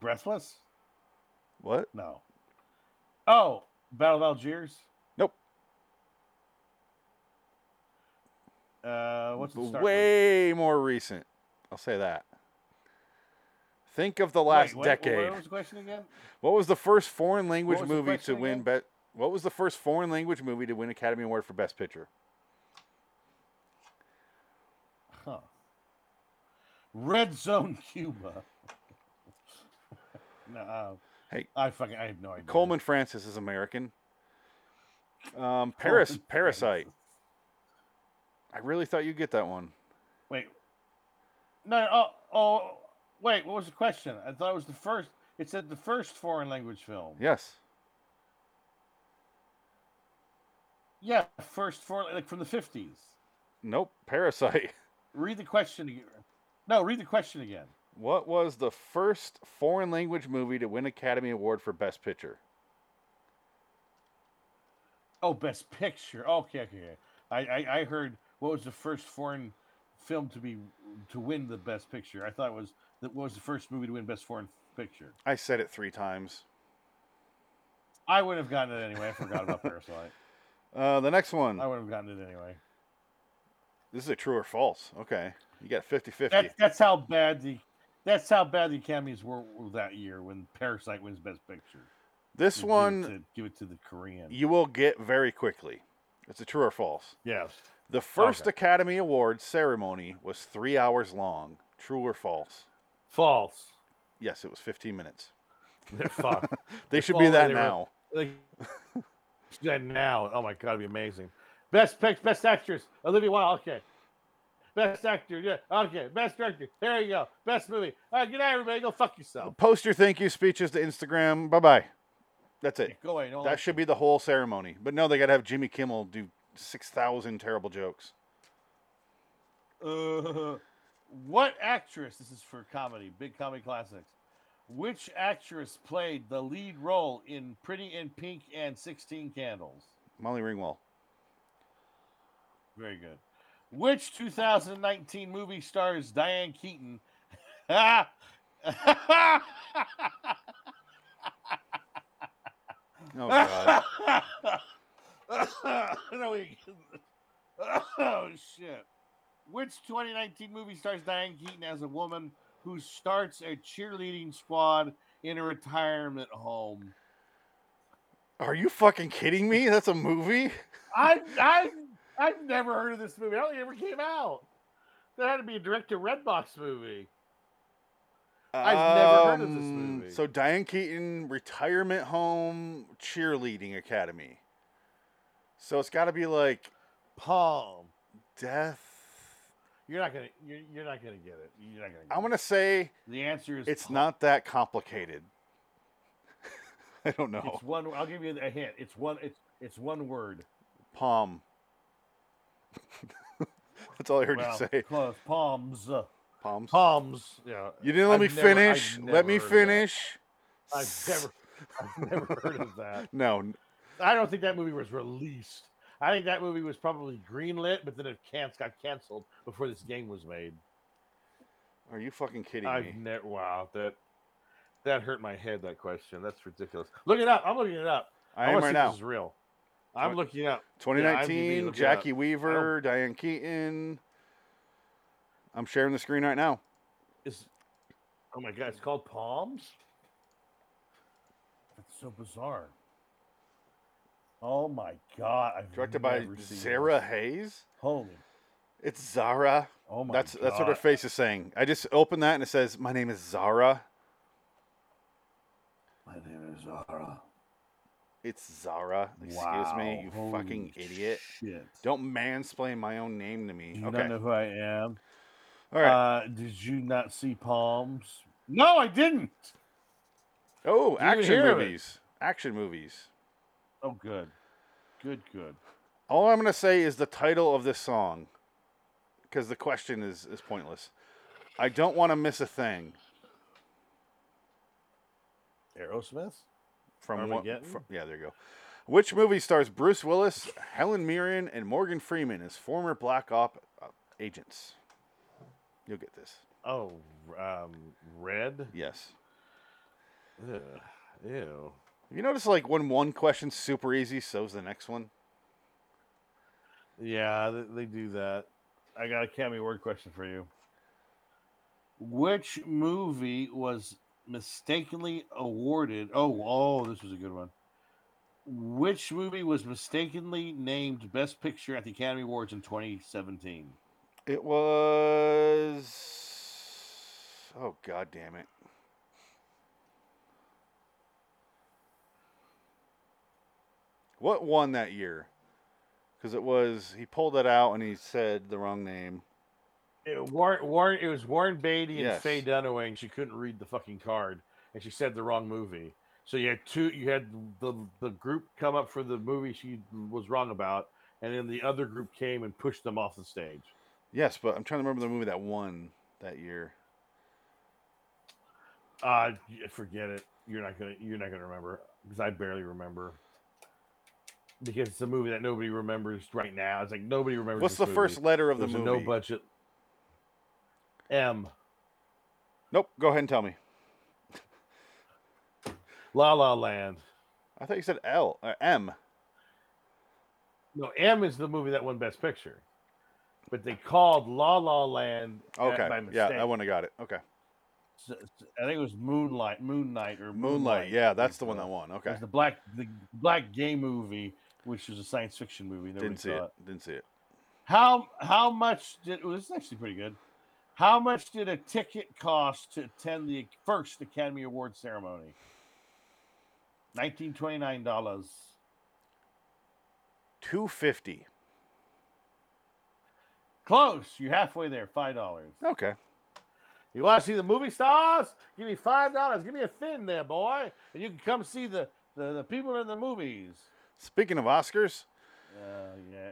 C: Breathless?
A: What?
C: No. Oh, Battle of Algiers?
A: Nope.
C: Uh, what's the start with?
A: Way more recent. I'll say that. Think of the
C: Wait,
A: last
C: what-
A: decade.
C: What was the question again?
A: What was the first foreign language
C: was the
A: movie to
C: question
A: win? Be- what was the first foreign language movie to win Academy Award for Best Picture?
C: Huh. Red Zone Cuba. no. oh.
A: Hey,
C: I fucking I have no idea.
A: Coleman Francis is American. Um, Paris,
C: Coleman
A: Parasite.
C: Francis.
A: I really thought you'd get that one.
C: Wait. No. Oh. Oh. Wait. What was the question? I thought it was the first. It said the first foreign language film.
A: Yes.
C: Yeah. First foreign, like from the fifties.
A: Nope. Parasite.
C: Read the question again. No. Read the question again.
A: What was the first foreign language movie to win Academy Award for Best Picture?
C: Oh, best picture. Okay. Okay. okay. I, I I heard what was the first foreign film to be to win the best picture. I thought it was that what was the first movie to win best foreign picture.
A: I said it three times.
C: I would have gotten it anyway. I forgot about Parasite.
A: Uh, the next one.
C: I would have gotten it anyway.
A: This is a true or false. Okay. You got 50 50.
C: That, that's how bad the that's how bad the Academy's were that year when Parasite wins Best Picture.
A: This
C: They give it,
A: one
C: to, give it to the Korean.
A: you will get very quickly. It's a true or false.
C: yes,
A: The first
C: Okay.
A: Academy Awards ceremony was three hours long. True or false?
B: False.
A: Yes, it was 15 minutes.
B: They're fucked.
A: They should
B: all
A: be
B: right,
A: that
B: they were-
A: now.
B: like, that now. Oh my God, it'd be amazing. Best pick, best actress, Olivia Wilde. Okay. Best actor, yeah. Okay. Best director. There you go. Best movie. All right, good night, everybody. Go fuck yourself.
A: Post your thank you speeches to Instagram. Bye bye. That's it.
C: go away. Don't
A: That should be the whole ceremony. But no, they got to have Jimmy Kimmel do 6,000 terrible jokes.
C: Uh, what actress? This is for comedy, big comedy classics. Which actress played the lead role in Pretty in Pink and Sixteen Candles?
A: Molly Ringwald.
C: Very good. Which 2019 movie stars Diane Keaton? oh
A: Oh, God.
C: no, we... oh shit. Which 2019 movie stars Diane Keaton as a woman who starts a cheerleading squad in a retirement home?
A: Are you fucking kidding me? That's a movie?
B: I, I, I've never heard of this movie. I don't think it ever came out. That had to be a direct to Redbox movie. I've never heard of this
A: Um,
B: movie.
A: So, Diane Keaton, retirement home, cheerleading academy. So, it's got to be like
B: Palm.
A: death.
B: You're not gonna. You're, you're not gonna get it. You're not gonna. Get
A: I'm going to say
C: The answer is
A: it's
C: Pulp.
A: not that complicated. I don't know.
C: It's one. I'll give you a hint. It's one. It's it's one word.
A: Palm. That's all I heard
C: Well,
A: you say.
C: close. Palms.
A: Palms.
B: it. Palms. Yeah.
A: You didn't let
B: I've
A: me
B: never- I've
A: finish.
B: never
A: Let me
B: heard of that.
A: finish.
B: I've never. I've never heard of that.
A: No, n-
B: I don't think that movie was released. I think that movie was probably greenlit, but then it can- got canceled before this game was made.
A: are you fucking kidding
B: I've
A: me?
B: never. Wow, that that hurt my head. That question. That's ridiculous. Look it up. I'm looking it up.
A: I am right
B: wanna see if
A: now.
B: This is real. I'm
A: What?
B: looking up.
A: 2019,
B: look it up.
A: Jackie Weaver, Diane Keaton. I'm sharing the screen right now.
B: Is oh my god, it's called Palms.
C: That's so bizarre. Oh my god! I've
A: Directed by
C: never seen
A: Zara
C: this.
A: Hayes.
C: Holy!
A: It's Zara.
C: Oh my!
A: that's
C: god.
A: that's what her face is saying. I just opened that and it says, "My name is Zara."
C: My name is Zara.
A: It's Zara. Excuse me,
C: Wow,
A: you
C: holy
A: fucking idiot.
C: Shit!
A: Don't mansplain my own name to me.
C: You
A: okay.
C: don't know who I am.
A: All right.
C: Uh, did you not see Palms? No, I didn't.
A: oh,
B: didn't even
A: action
B: hear of it.
A: movies. Action movies.
C: Oh, good, good, good.
A: All I'm gonna say is the title of this song, because the question is is pointless. I don't want to miss a thing
B: Aerosmith.
A: from what.
B: Armageddon?
A: From, yeah, there you go. Which movie stars Bruce Willis, Helen Mirren, and Morgan Freeman as former Black Op uh, agents? You'll get this.
B: Oh, um, Red.
A: Yes.
B: Ugh. Ew.
A: You notice like when one question's super easy, so's the next one.
B: Yeah, they, they do that.
C: I got a Cammy word question for you. Which movie was mistakenly awarded? Oh, oh, this was a good one. Which movie was mistakenly named Best Picture at the Academy Awards in 2017?
A: It was. Oh god damn it! What won that year? Because it was he pulled it out and he said the wrong name.
B: It, Warren, Warren, it was Warren Beatty and
A: Yes.
B: Faye Dunaway, and she couldn't read the fucking card, and she said the wrong movie. So you had two. You had the the group come up for the movie she was wrong about, and then the other group came and pushed them off the stage.
A: Yes, but I'm trying to remember the movie that won that year.
B: Uh forget it. You're not gonna you're not gonna remember because I barely remember. Because it's a movie that nobody remembers right now. It's like nobody remembers.
A: What's the
B: this movie.
A: first letter of
B: It
A: the
B: was a
A: movie?
B: No budget. M.
A: Nope. Go ahead and tell me.
B: La La Land.
A: I thought you said L or M.
B: No, M is the movie that won Best Picture, but they called La La Land. uh,
A: Okay.
B: by mistake.
A: Yeah, I wouldn't have got it. Okay.
C: S- s- I think it was Moonlight, Moon Knight, or
A: Moonlight. Yeah, that's the one that won.
C: It
A: Okay.
C: was the black the black gay movie, which was a science fiction movie. Nobody
A: Didn't see
C: saw
A: it. Didn't see it.
C: How how much did well, this is actually pretty good? How much did a ticket cost to attend the first Academy Award ceremony? Nineteen twenty nine dollars.
A: Two fifty.
C: Close. You're halfway there. Five dollars.
A: Okay.
B: You want to see the movie stars? Give me five dollars. Give me a fin there, boy, and you can come see the the, the people in the movies.
A: Speaking of Oscars,
C: Uh, yeah.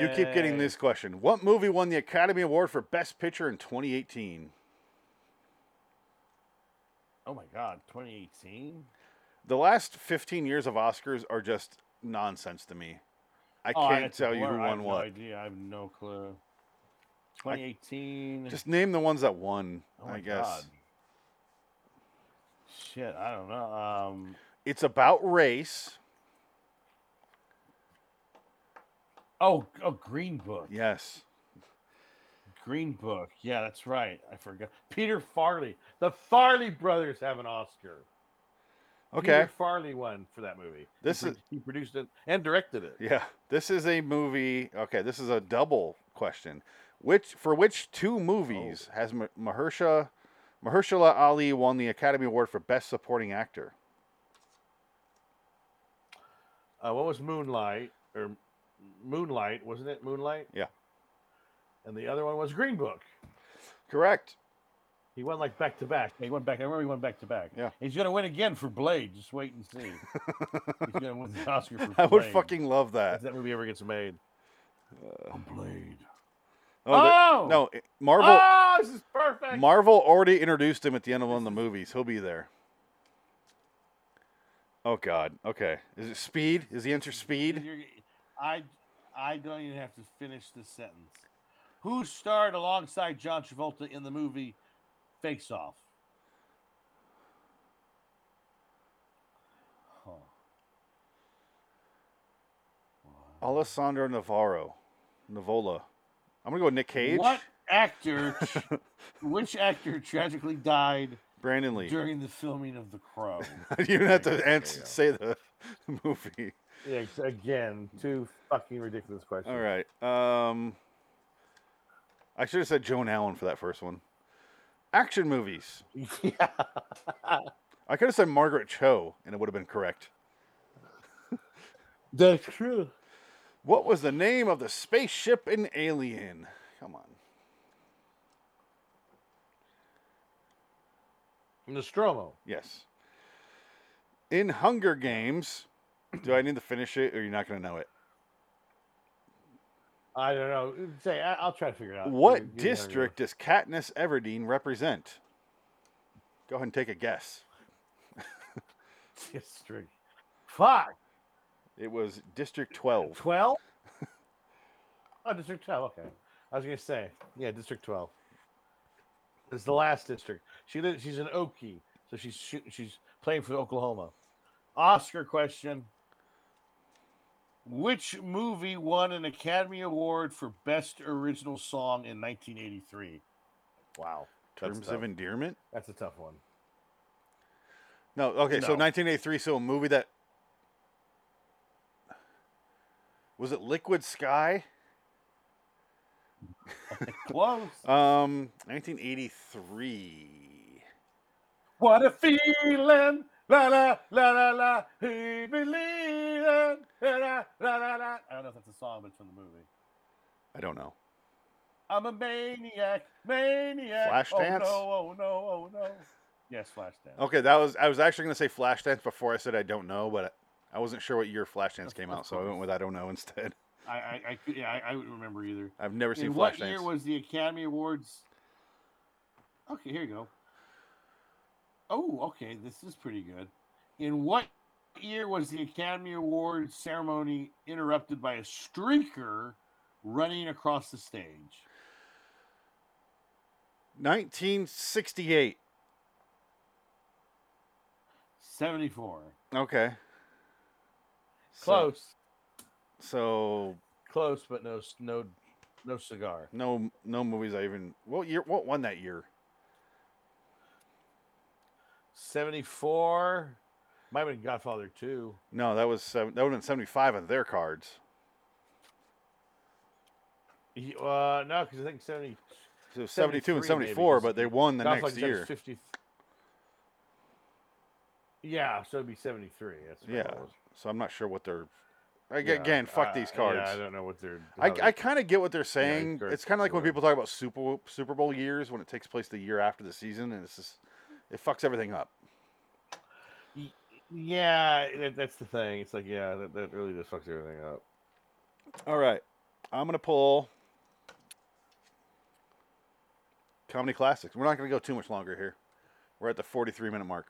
A: you, you keep getting
C: Yay.
A: this question. What movie won the Academy Award for Best Picture in 2018?
C: Oh my God. Twenty eighteen.
A: The last 15 years of Oscars are just nonsense to me. I can't tell you who
C: Oh, I
A: won
C: have
A: what.
C: No idea. I have no clue. Twenty eighteen.
A: Just name the ones that won,
C: Oh my
A: I guess.
C: God. Shit. I don't know. Um.
A: It's about race.
C: Oh. Oh. Green Book.
A: Yes.
C: Green Book. Yeah, that's right. I forgot.
B: Peter Farley. The Farley brothers have an Oscar.
A: Okay.
B: Peter Farley won for that movie.
A: This
B: he, pro-
A: is-
B: he produced it and directed it.
A: Yeah. This is a movie. Okay, this is a double question. Which for which two movies
B: Oh.
A: has Ma- Mahersha Mahershala Ali won the Academy Award for Best Supporting Actor?
B: Uh, what was Moonlight or Moonlight? Wasn't it Moonlight?
A: Yeah.
B: And the other one was Green Book.
A: Correct.
B: He won like back to back.
C: He went back. I remember he went back to back.
A: Yeah.
C: He's gonna win again for Blade. Just wait and see. He's gonna win the Oscar for Blade.
A: I would fucking love that.
B: If that movie ever gets made.
C: Uh, Blade.
A: Oh, the-
B: Oh!
A: no, it- Marvel.
B: Oh, this is perfect.
A: Marvel already introduced him at the end of one of the movies. He'll be there. Oh God. Okay. Is it Speed? Is the answer Speed?
C: You're- I I don't even have to finish this sentence. Who starred alongside John Travolta in the movie Face Off? Huh.
A: Alessandro Navarro, Navola. I'm gonna go with Nick Cage.
C: What actor? which actor tragically died
A: Brandon Lee. you
C: during the filming of The Crow?
A: don't have to
D: There
A: answer,
D: you go.
A: say the movie.
B: Yeah, ex- again, two fucking ridiculous questions.
A: All right. Um, I should have said Joan Allen for that first one. Action movies.
B: yeah.
A: I could have said Margaret Cho, and it would have been correct.
B: That's true.
A: What was the name of the spaceship in Alien? Come on.
B: Nostromo.
A: Yes. In Hunger Games, do I need to finish it, or you're not going to know it?
B: I don't know. Say, I, I'll try to figure it out. Give me-
A: What
B: give me another
A: district does Katniss Everdeen represent? Go ahead and take a guess.
B: go. district? Fuck.
A: It was District 12.
B: Twelve. oh, District Twelve. Okay. I was gonna say, yeah, District Twelve. It's the last district. She lives. She's in Okie, so she's shoot, she's playing for Oklahoma.
C: Oscar question. Which movie won an Academy Award for Best Original Song in 1983?
B: Wow, That's
A: Terms
B: tough.
A: of Endearment?
B: that's a tough one.
A: No, okay, so
C: No.
A: 1983, so a movie that. Was it Liquid Sky?
C: Close.
A: Um, 1983.
C: what a feeling. La la la la la. He believing. La, la, la, la, la. I don't know if that's a song, but it's from the movie.
A: I don't know.
C: I'm a maniac, maniac.
A: Flashdance? Oh.
C: Oh no, oh no, oh no. Yes, Flashdance.
A: Okay, that was I was actually gonna say Flashdance before I said I don't know, but I wasn't sure what year Flashdance came out, so I went with I don't know instead.
C: I, I, I, could- yeah, I, I wouldn't remember either.
A: I've never seen
C: In what year
A: Flashdance.
C: was the Academy Awards? Okay, here you go. Oh, okay, this is pretty good. In what year was the Academy Awards ceremony interrupted by a streaker running across the stage?
A: 1968.
C: 74.
A: Okay. So-
B: Close,
A: So,
B: close, but no, s- no, no cigar.
A: no no movies I even what year what won that year?
B: Seventy-four. Might have been Godfather Two.
A: No, that was seven, that would have been 75 on their cards.
B: Ye- Uh, no, because I think seventy.
A: So 72 and
B: 73 maybe,
A: 74,
B: 'cause
A: but they won the
B: Godfather
A: next
B: Two was
A: year.
B: 50 Yeah, so it'd be seventy-three. That's what I
A: Yeah.
B: thought it was.
A: So I'm not sure what they're I-
B: Yeah,
A: again, fuck
B: I-
A: these
B: yeah,
A: cards.
B: I don't know what they're.
A: I,
B: how they-
A: I kind of get what they're saying.
B: correct.
A: it's kind of like when
B: Yeah.
A: people talk about Super Super Bowl years when it takes place the year after the season, and it's just it fucks everything up.
B: yeah, that, that's the thing. It's like, yeah, that, that really just fucks everything up.
A: All right, I'm gonna pull comedy classics. We're not gonna go too much longer here. We're at the 43 minute mark.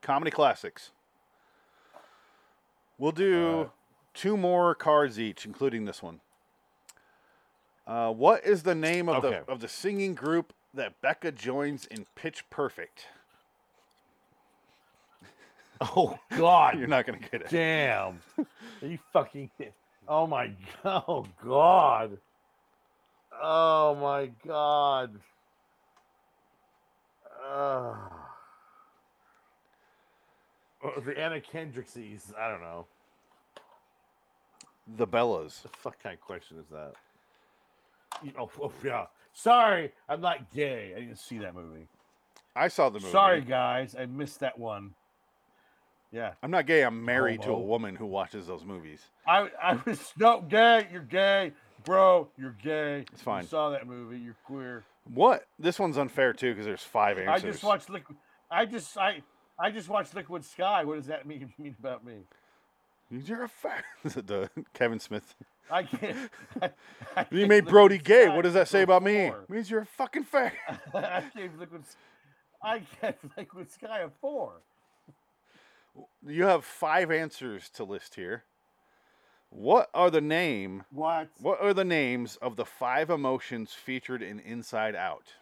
A: Comedy classics. We'll do two more cards each, including this one. Uh, what is the name of
B: Okay.
A: the of the singing group that Becca joins in Pitch Perfect?
B: Oh God,
A: You're not gonna get it.
B: damn! Are you fucking? Oh my God! Oh God! Oh my God! Uh, Oh, the Anna Kendrickses. I don't know.
A: The Bellas.
B: The fuck kind of question is that? You know, oh, yeah. Sorry, I'm not gay. I didn't see that movie.
A: I saw the movie.
C: Sorry, guys, I missed that one. Yeah,
A: I'm not gay. I'm married to a
C: Homo.
A: woman who watches those movies.
C: I, I was no gay. You're gay, bro. You're gay.
A: It's fine.
C: You saw that movie. You're queer.
A: What? This one's unfair too because there's five answers.
C: I just watched liquid. I just I I just watched Liquid Sky. What does that mean mean about me?
A: You're a fa- the Kevin Smith.
C: I can't. I, I
A: You
C: gave
A: made
C: Liquid
A: Brody gay.
C: Sky
A: What does that say
C: a
A: about me?
C: four.
A: means you're a fucking fag.
C: I gave Liquid. S- I gave Liquid Sky a four.
A: You have five answers to list here. What are the name?
C: What?
A: What are the names of the five emotions featured in Inside Out?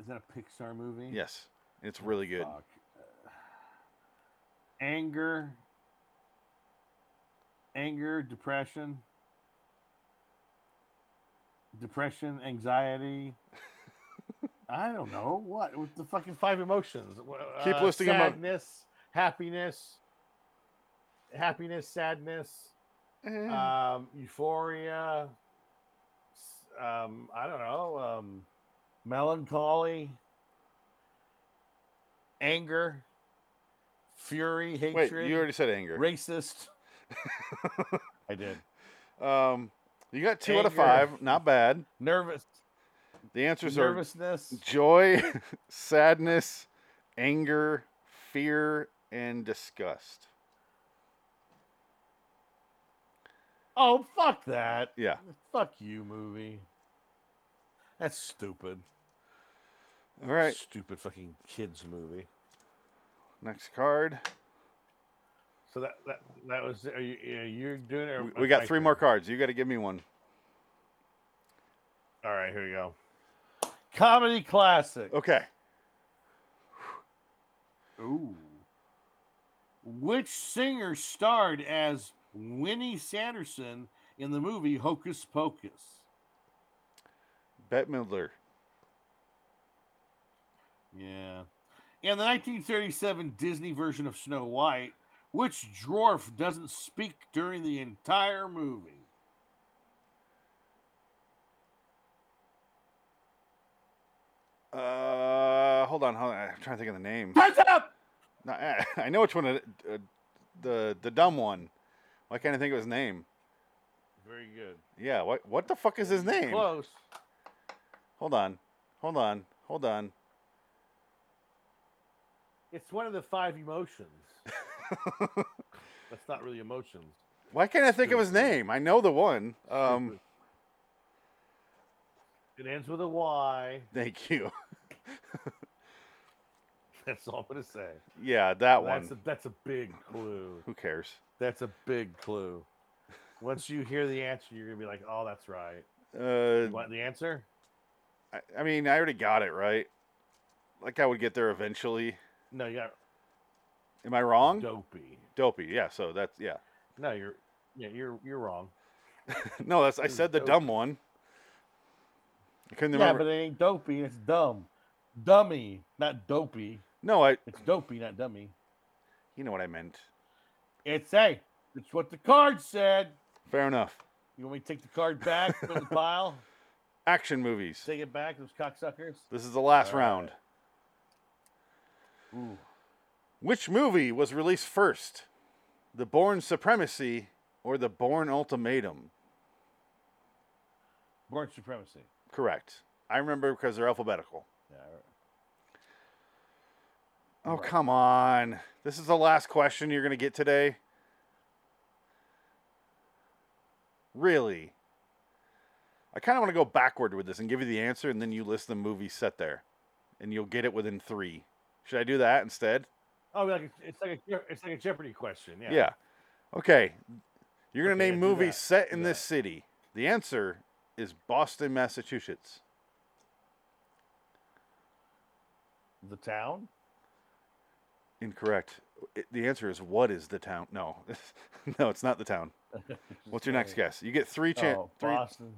C: is that a Pixar movie?
A: Yes, it's really good.
C: Fuck. Anger, anger, depression, depression, anxiety. I don't know what with the fucking five emotions. Wha-
A: Keep
B: Uh,
A: listing 'em out.
B: sadness, happiness, happiness, sadness,
A: Eh,
C: Uh,
B: um, euphoria. s- Um, I don't know. Um,
C: melancholy.
B: anger, fury,
A: Wait,
B: hatred,
A: you already said anger.
C: racist. I did.
A: Um, you got two out of
B: Anger.
A: five. Not bad.
C: Nervous.
A: The answers are
C: nervousness.
A: joy, sadness, anger, fear, and disgust.
C: Oh, fuck that.
A: Yeah.
C: Fuck you, movie. That's stupid.
A: All right.
C: Stupid fucking kids movie.
A: Next card.
B: So that that, that was are you are you doing it? or
A: We-
B: am
A: We got
B: I
A: three
B: doing
A: more
B: it?
A: cards. You got to give me one.
B: All right, here we go.
C: Comedy classic.
A: Okay.
C: Ooh. Which singer starred as Winnie Sanderson in the movie Hocus Pocus?
A: Bette Midler.
C: Yeah. In the 1937 Disney version of Snow White, which dwarf doesn't speak during the entire movie?
A: Uh, hold on, hold on. I'm trying to think of the name.
C: Time's up!
A: No, I, I know which one. It, uh, the the dumb one. Why can't I think of his name?
B: Very good.
A: Yeah. What what the fuck is his name?
B: Close.
A: Hold on. Hold on. Hold on.
B: It's one of the five emotions. That's not really emotions.
A: Why can't I think of his name? I know the one. Um,
B: It ends with a Y.
A: thank you.
B: That's all I'm gonna say.
A: Yeah, that
B: That's a,
A: one.
B: that's a big clue.
A: Who cares?
B: That's a big clue. Once you hear the answer, you're gonna be like, "Oh, that's right."
A: Uh,
B: You want the answer?
A: I, I mean, I already got it right. Like I would get there eventually.
B: No, you got
A: Am I wrong?
B: dopey.
A: Dopey. Yeah. So that's yeah.
B: No, you're yeah, you're you're wrong.
A: No, that's I
B: Who's
A: said the
B: Dopey?
A: dumb one. I couldn't
C: Yeah,
A: remember.
C: but it ain't dopey. It's dumb. Dummy, not dopey.
A: no, I.
C: It's dopey, not dummy.
A: You know what I meant.
C: It's hey, it's what the card said.
A: Fair enough.
C: You want me to take the card back from the pile?
A: Action movies.
C: Take it back, those cocksuckers.
A: This is the last
C: All right.
A: round.
C: Ooh.
A: Which movie was released first? The Born Supremacy or The Born Ultimatum?
C: Born supremacy.
A: Correct. I remember because they're alphabetical.
C: Yeah, all right.
A: Oh,
C: Right.
A: come on. This is the last question you're going to get today. Really? I kind of want to go backward with this and give you the answer, and then you list the movie set there, and you'll get it within three. Should I do that instead?
B: Oh, like a, it's like a Je- it's like a Jeopardy question. Yeah.
A: Okay. You're going to
B: Okay,
A: name
B: yeah, do
A: movies
B: that.
A: set
B: Do
A: in this city. The answer is Boston, Massachusetts.
C: The town?
A: Incorrect. It- the answer is what is the town? No. no, it's not the town. What's your next guess? You get three chan
C: Oh,
A: three
C: Boston.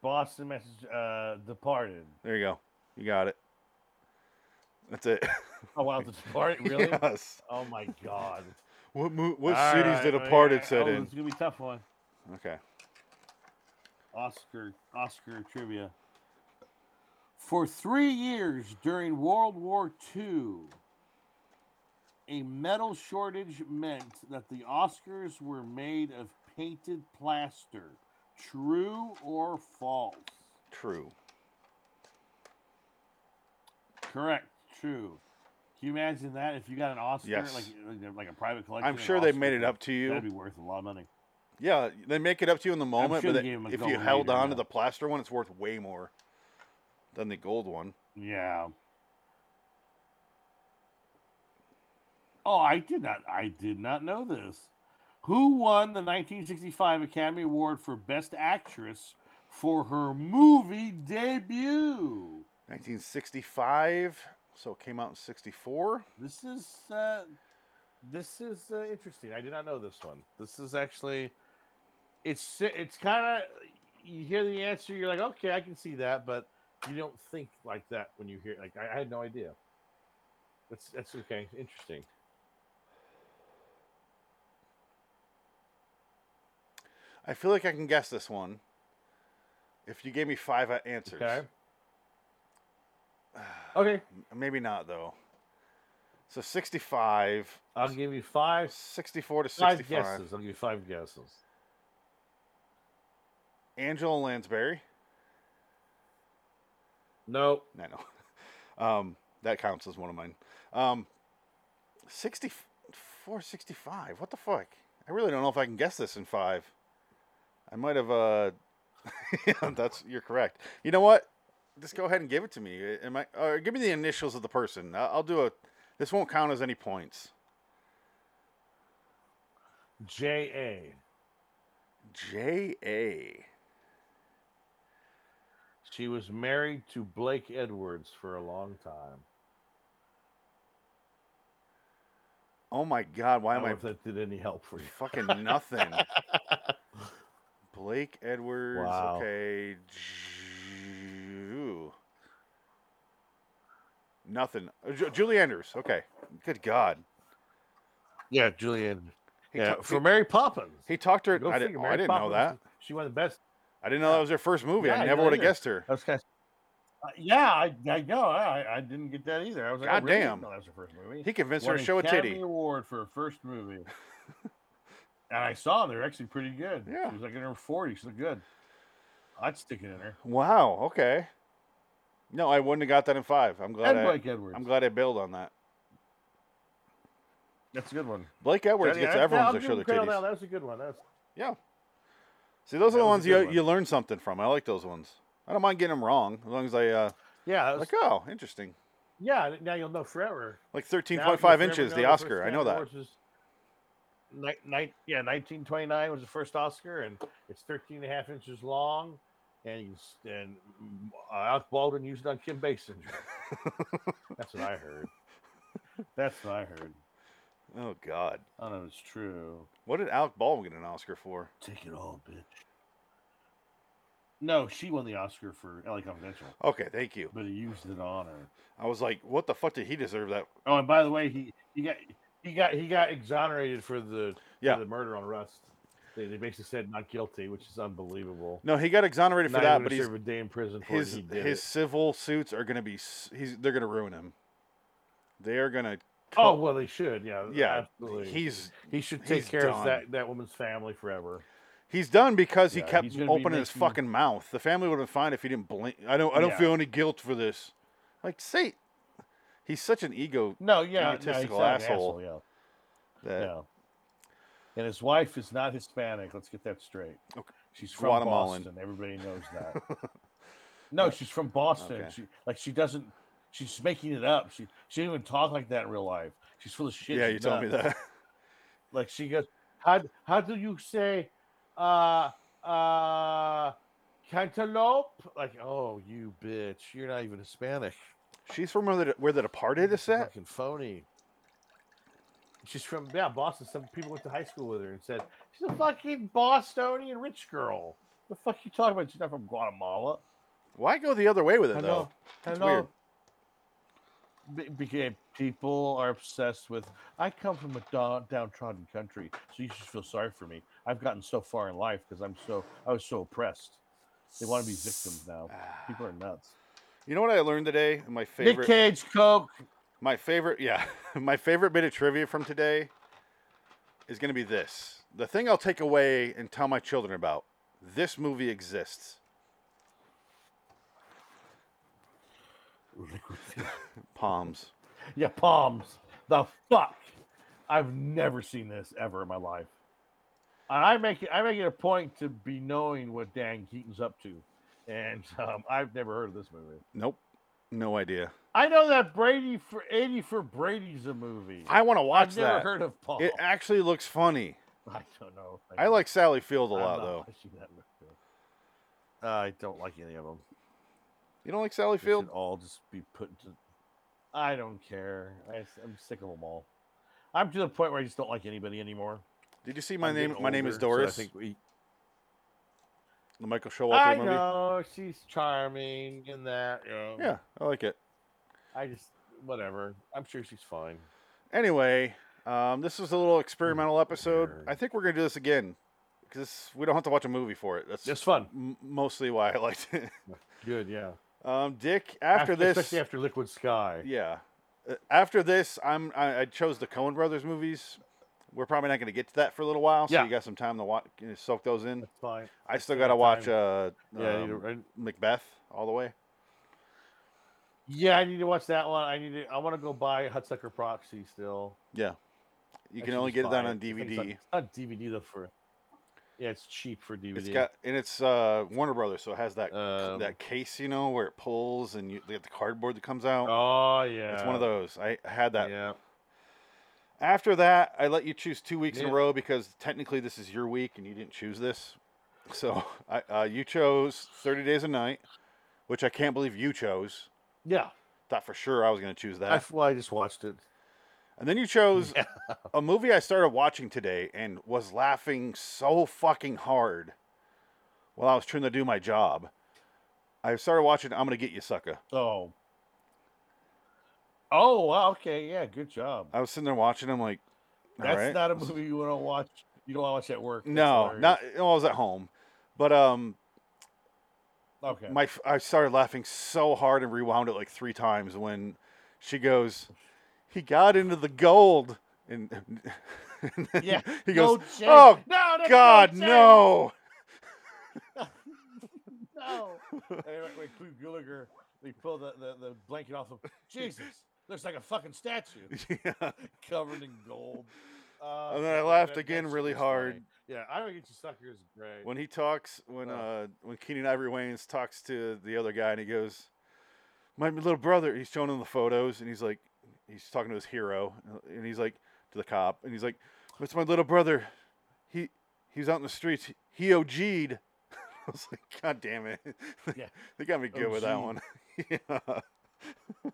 C: Boston, Massachusetts. Uh, Departed.
A: There you go. You got it. That's it.
C: Oh wow, The Departed. Really?
A: Yes.
C: Oh my god.
A: What mo- what
B: All
A: cities
B: right,
A: did a
B: well,
A: parted
B: yeah,
A: set
C: oh,
A: in?
C: it's gonna be a tough one.
A: Okay.
C: Oscar Oscar trivia. For three years during World War II, a metal shortage meant that the Oscars were made of painted plaster. True or false?
A: True.
C: Correct. True. Can you imagine that if you got an Oscar,
A: Yes.
C: like like- like a private collection?
A: I'm
C: of
A: sure they made
C: Oscar
A: it up to you.
C: That'd be worth a lot of money.
A: Yeah, they make it up to you in the moment,
C: sure
A: but
C: they gave him a
A: if you
C: gold
A: held
C: later,
A: on to
C: yeah.
A: the plaster one, it's worth way more than the gold one.
C: Yeah. Oh, I did not. I did not know this. Who won the 1965 Academy Award for Best Actress for her movie debut?
A: 1965, so it came out in 64.
C: This is uh,
B: This is uh, interesting. I did not know this one. This is actually, it's it's kind of you hear the answer, you're like, okay, I can see that, but you don't think like that when you hear. Like, I, I had no idea. That's that's okay. Interesting.
A: I feel like I can guess this one. If you gave me five uh, answers.
B: Okay. Okay,
A: Maybe not, though. So 65,
B: I'll give you five
A: 64 to
B: five
A: 65.
B: guesses. I'll give you five guesses.
A: Angela Lansbury.
B: No,
A: No, no. Um, that counts as one of mine. Um, 64, 65. What the fuck? I really don't know if I can guess this in five. I might have. Uh, yeah, that's you're correct. You know what? Just go ahead and give it to me. Am I? Or give me the initials of the person. I'll, I'll do a. This won't count as any points.
B: J A.
A: J A.
B: She was married to Blake Edwards for a long time.
A: Oh my God! Why
B: I
A: am
B: don't
A: I
B: know if that did any help for you.
A: Fucking nothing. Blake Edwards.
B: Wow.
A: Okay. Ju- Nothing. Uh, Ju- Julie Andrews. Okay. Good God.
B: Yeah, Julian.
A: He
B: yeah,
A: ta-
B: for
A: he-
B: Mary Poppins.
A: He talked to her.
B: Go
A: I, did,
B: figure,
A: oh, I
B: Mary
A: didn't know that.
B: Poppins, She won the best.
A: I didn't know that was her first movie.
C: Yeah,
A: I
C: I
A: never
C: didn't
A: would have
C: either.
A: guessed her.
C: I was kind of, uh, yeah, I, I know. I, I didn't get that either. I was like,
B: "Oh,
A: God
C: I really
A: damn.
C: Didn't know that was her first movie.
A: He convinced her
C: Won
A: to
C: an
A: show a
C: Academy
A: titty.
C: Award for her first movie. and I saw they're actually pretty good.
A: Yeah.
C: She was like in her 40s. She looked good. I'd stick it in her.
A: Wow. Okay. No, I wouldn't have got that in five. I'm glad.
C: And
A: I,
C: Blake Edwards.
A: I'm glad I bailed on that.
C: That's a good one.
A: Blake Edwards
B: Yeah,
A: gets
B: yeah, I'll
A: everyone to
B: give
A: show
B: him
A: their
B: credit on
A: titties.
B: That That was a good one. That's
A: Yeah. See, those are
C: That
A: the
C: was a
A: ones
C: good
A: you,
C: one.
A: you learn something from. I like those ones. I don't mind getting them wrong as long as I uh,
B: yeah, that was-
A: like. Oh, interesting.
B: yeah. Now you'll know forever.
A: Like
B: Now
A: thirteen
B: you'll
A: point five
B: forever
A: inches,
B: know
A: the
B: first
A: Oscar. I
B: Academy
A: know that.
B: Awards was Ni- ni- yeah, 1929 was the first Oscar, and it's 13 and a half inches long. And you can s- and mm, Alec Baldwin used it on Kim Basinger. That's what I heard.
C: That's what I heard.
A: Oh God,
C: I don't know if it's true.
A: what did Alec Baldwin get an Oscar for?
C: Take it all, bitch. No, she won the Oscar for LA Confidential,
A: Okay, thank you.
C: but he used it on her.
A: I was like, what the fuck did he deserve that?
C: Oh, and by the way, he, he got
B: He got he got exonerated for the for
A: Yeah.
B: the murder on Rust. They, they basically said not guilty, which is unbelievable.
A: No, he got exonerated for
B: Not
A: that,
B: even
A: but he's,
B: serve a day in prison for
A: his
B: it. He did
A: his
B: it.
A: civil suits are gonna be s- he's they're gonna ruin him. They are gonna
B: Oh well, they should. Yeah,
A: yeah.
B: absolutely.
A: He's
B: he should take
A: he's
B: care
A: done.
B: of that that woman's family forever.
A: He's done because he
C: Yeah,
A: kept
C: he's gonna be
A: opening his
C: making-
A: fucking mouth. The family would have been fine if he didn't blink. I don't. I don't
C: Yeah.
A: feel any guilt for this. Like, say, he's such an ego
C: no, yeah, no, he's
A: egotistical
C: not an
A: asshole.
C: yeah.
A: that
C: No. And his wife is not Hispanic. Let's get that straight.
A: Okay.
C: She's from
A: Guatemalan.
C: Boston. Everybody knows that. no, she's from Boston.
A: Okay.
C: She like she doesn't. She's making it up. She she didn't even talk like that in real life. She's full of shit.
A: yeah,
C: she's
A: you told me
C: nuts.
A: that.
C: Like she goes,
B: How how do you say uh uh cantaloupe? Like, oh you bitch, you're not even Hispanic.
A: She's from where the, where the Departed is set.
B: Fucking phony. She's from yeah, Boston. Some people went to high school with her and said, She's a fucking Bostonian rich girl. The fuck you talking about? She's not from Guatemala.
A: Why go the other way with it though?
B: Hello.
A: That's
B: Hello.
C: be- became people are obsessed with. I come from a down, downtrodden country, so you should feel sorry for me. I've gotten so far in life because I'm so I was so oppressed. They want to be victims now. People are nuts.
A: You know what I learned today? My
C: Nick
A: favorite.
C: Cage, Coke.
A: My favorite. Yeah, my favorite bit of trivia from today is going to be this. The thing I'll take away and tell my children about. This movie exists. Palms.
C: Yeah, palms. The fuck. I've never seen this ever in my life. And I make it, I make it a point to be knowing what Dan Keaton's up to, and um, I've never heard of this movie.
A: Nope. No idea.
C: I know that Brady for eighty for Brady's a movie.
A: I want to watch
C: I've never
A: that.
C: heard of Paul.
A: It actually looks funny.
C: I don't know. if
A: I like Sally Field a
C: I'm
A: lot
C: not
A: though.
C: watching that movie. Uh, I don't like any of them.
A: You don't like Sally
C: They should
A: Field?
C: all just be put to. I don't care. I, am sick of them all. I'm to the point where I just don't like anybody anymore.
A: Did you see my
C: I'm
A: name?
C: getting
A: My name is
C: older, so I
A: Doris.
C: think we-
A: the Michael Showalter
B: I
A: movie.
B: know Oh, she's charming and that. You know.
A: Yeah, I like it.
B: I just whatever. I'm sure she's fine.
A: Anyway, um, this was a little experimental episode.
D: Weird.
A: I think we're gonna do this again because we don't have to watch a movie for it. That's
B: It's fun.
A: m- mostly why I liked it.
B: Good. Yeah.
A: Um, Dick, after, this,
B: especially after Liquid Sky.
A: yeah, Uh, after this, I'm I, I chose the Coen Brothers movies. We're probably not going to get to that for a little while, so
B: Yeah.
A: you got some time to watch, you know, soak those in.
B: That's fine.
A: I still
B: still
A: got to
B: have
A: watch
B: time.
A: uh,
B: Yeah. I need to,
A: um,
B: I,
A: Macbeth all the way.
B: yeah. I need to watch that one. I need to. I want to go buy Hudsucker Proxy still.
A: You
B: I
A: can
B: should
A: only
B: just
A: get it
B: buy
A: down on
B: I think
A: DVD.
B: It's on, it's on DVD though for. Yeah, it's cheap for DVD.
A: It's got and it's uh, Warner Brothers, so it has that
B: Um,
A: that case, you know, where it pulls and you they got the cardboard that comes out.
B: Oh yeah.
A: It's one of those. I had that.
B: Yeah.
A: After that, I let you choose two weeks in a
B: Yeah.
A: row because technically this is your week and you didn't choose this. So I, uh, you chose 30 Days a Night, which I can't believe you chose.
B: Yeah.
A: Thought for sure I was going to choose that.
B: I, well, I just watched it.
A: And then you chose a movie I started watching today and was laughing so fucking hard while I was trying to do my job. I started watching I'm Gonna Get You Sucker.
C: Oh,
B: Oh, wow, okay. Yeah, good job.
A: I was sitting there watching, I'm like, all
C: that's
A: right.
C: not a movie you want to watch. You don't want to watch at work. That's
A: No,
C: hilarious.
A: not well, I was at home. But um
C: okay.
A: my f- I started laughing so hard and rewound it like three times when she goes, He got into the gold and, and then
C: Yeah,
A: he
C: No
A: goes
C: chance.
A: Oh
C: no, that's
A: God,
C: chance.
A: no.
C: No. and when- when Cleve Gulliger, they pull the, the, the blanket off of Jesus. Looks like a fucking statue
A: yeah.
C: covered in gold.
B: Uh,
A: And then I
B: yeah,
A: laughed
B: that-
A: again
B: that's
A: really
B: just funny.
A: hard.
B: Yeah, I don't get you sucker is great.
A: When he talks, when uh, when Keenan Ivory Wayans talks to the other guy, and he goes, "My little brother." He's showing him the photos, and he's like, he's talking to his hero, and he's like to the cop, and he's like, "It's my little brother. He he's out in the streets. He OG'd." I was like, "God damn it!"
C: Yeah.
A: they got me good with that one. yeah.